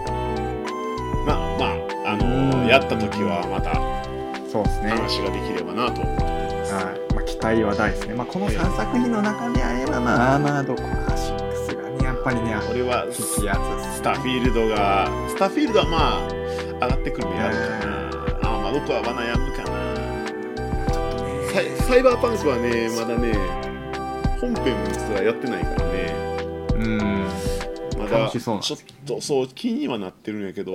まあまああのー
うん
やった時はまた
そうですね。
話ができればなと思ってます、
はい。まあ、期待は大ですね。まあ、この3作品の中であれば、まあ、アーマードコア6がね、やっぱりね、
これは
き
ス
ついやつです。
スターフィールドがスターフィールドはまあ上がってくるのやるかなあーまあ僕は悩むかなサイサイバーパンクはねまだね本編すらやってないからね
うん。
まだ
楽しそうなん
ちょっとそう気にはなってるんやけど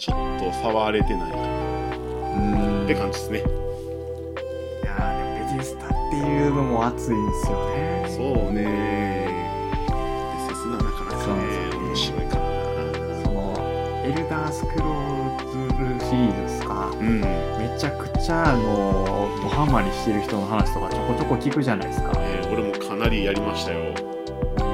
ちょっと触れてないかな
うん。
って感じですね
いやーでもベジスタっていうのも熱いんですよね。
そうねで切ななかなかね
そう
面白いかな
その、エルダースクロールシリーズですか。
うん
めちゃくちゃ、あの、ドハマりしてる人の話とかちょこちょこ聞くじゃないですか。
えー俺もかなりやりましたよ
い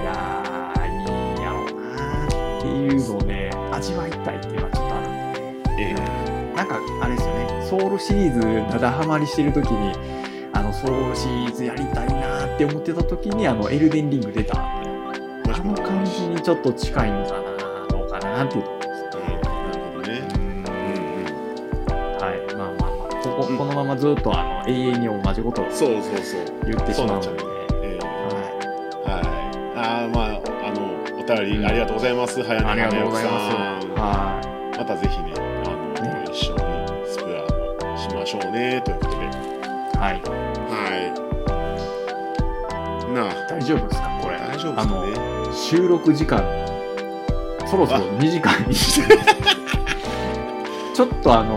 やー、いいんやろうなーっていうのをね、味わいたいっていうのはちょっとあるんでね。
えー
なんかあれですよねソウルシリーズただハマりしてる時にあのソウルシリーズやりたいなーって思ってた時にあのエルデンリング出たあ
もし
の
もし
感じにちょっと近いのかなどうかなっていうとこ
うんなるほどねうん
はいまあまあまあここ
うん
このままずっとあの永遠に同じことを
うんそうそうそう
言ってしまうので
そえー
は
はい。ああ、まあ、あの、お便りありがとうございます。早
いあり
野さ
がと
ん
うございます
ま
は
たぜひね、あの、
ね
一緒にスプラをしましょうね、ということで。
いはい
はい。なあ、
大丈夫ですかこれ
大丈
あの
夫ですかね。
収録時間そろそろ2時間 にしてちょっとあのう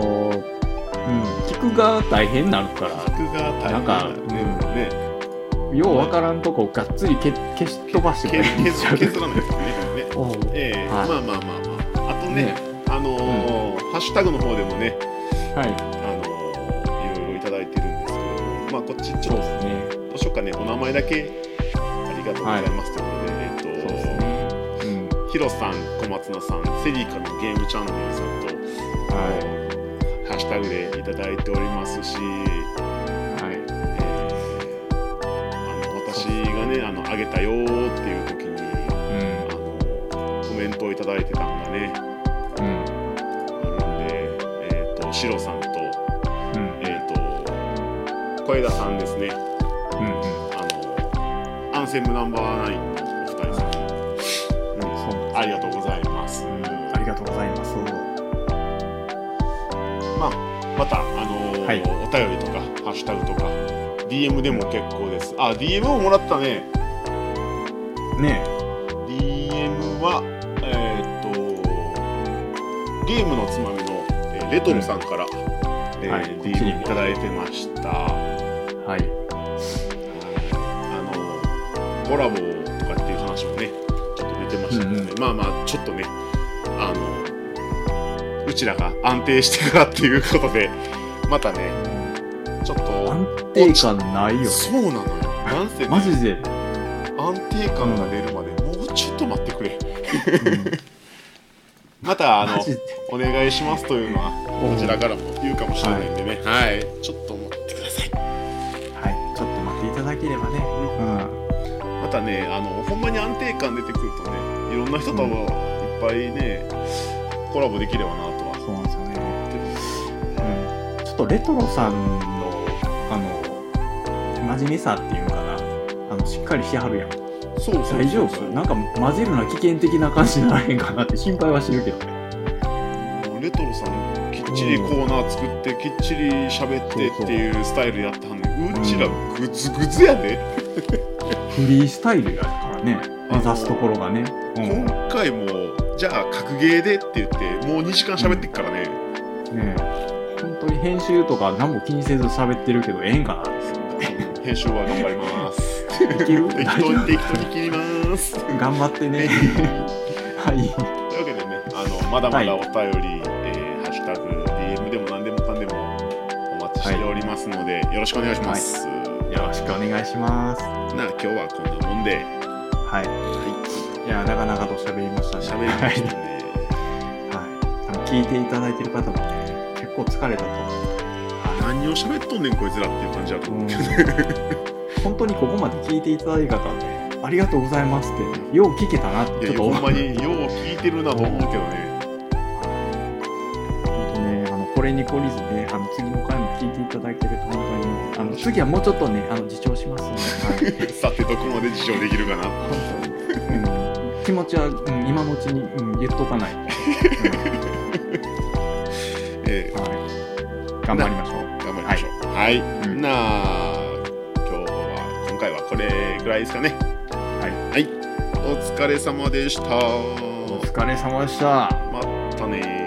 ん聞くが大変になる から
僕が大変
なんか
ね、ね、
ようわからんとこがっつりけ消し飛ばしてくれ
け
るん ですよ
削削らないですね。ね
おう
ええ
はい
まあまあまあまあ。あとね、
ね
あのーハッシュタグの方でもね、あ
はい
のーいろいろいただいてるんですけども、まあ、こっちちょ
そ
っと
うですね
どうしようかね、お名前だけありがとうございますということで、
そ
え
う
っ、
です
と、
ねうん
ヒロさん、小松菜さん、セリカのゲームチャンネルさんと、
は
ハッシュタグでいただいておりますし、
いはい
えーあの私がね、あの、あげたよーっていう時に、あ
う
の、コメントをいただいてたんがね、
んうん
あるんで、えっ、と、シロさんと、
うん
えっ、と、小枝さんですね、
うんうん
あの、アンセムナンバーナインのお二人さんに、うん
そうなんです
ありがとうございます。
うんありがとうございます
まあ、また、あのー
はい
お便りとか、ハッシュタグとか、DM でも結構です。あ、DM をもらったね。
ね
DM は、えーっと、ゲームのつまみの、えーレトロさんから、えー
はい
DM いただいてました。はい
はい
あのーコラボとかっていう話もね、ちょっと出てましたけどね、
う
まあまあ、ちょっとね、あのうちらが安定してからっていうことで、またね、ちょっと。
安定感ないよね
そうなのよ。なんせね、
マジで
安定感が出るまでもうちょっと待ってくれ。
うん
またあ
マ
の
ジで
お願いしますというのは
うん
こちらからも言うかもしれないんでね。はい、ちょっと待ってください。
はい、ちょっと待っていただければね。うん。
またね、あのほんまに安定感出てくるとね、いろんな人と
うん
いっぱいね、コラボできればなとは。
そうなんですよね。うん。ちょっとレトロさんの、あの、真面目さっていうのかな。あの、しっかりしてはるやん。
そうそうそう
大丈夫なんか混ぜるのは危険的な感じにならへんかなって心配はしてるけどね
レトロさんきっちりコーナー作ってきっちり喋ってっていうスタイルやったはんねんうちらグツグツやで、
フリースタイルやからね
あの
目指すところがね、うん
今回もじゃあ格ゲーでって言ってもう2時間喋ってっからね、
ねえ本当に編集とか何も気にせず喋ってるけどええんか
編集は頑張ります
ないける
適
大
当
丈
に適当に切ります と
夫頑張ってねはい
いうわけでねあのまだまだお便り、えーハッシュタグ DM でも何でもかんでもお待ちしておりますので、よろしくお願いします、
よろしくお願いします
なあ今日はこんなもんで
はいいやなかなかと喋りましたね
喋りましたね
はい、あの聞いていただいてる方もね結構疲れたと思う
何を喋っとんねんこいつらっていう感じだと思うけど、
本当にここまで聞いていただいた方はねありがとうございますってよう聞けたなって
い
ちょ
や
っと
ほん
思
ま
う
によう聞いてるなと思うけど ね
本当ねあのこれに懲りずねあの次の回も聞いていただけると本当にあの次はもうちょっとねあの自重しますので、はい
さてどこまで自称できるかな
本当に、うん、気持ちは、うん、今のうちに、うん、言っとかないと、
え
うんはい、頑張りましょう
ー頑張りましょうはい、
うん
なあ今日は今回はこれぐらいですかねはいはいお疲れ様でした
お疲れ様でした
またねー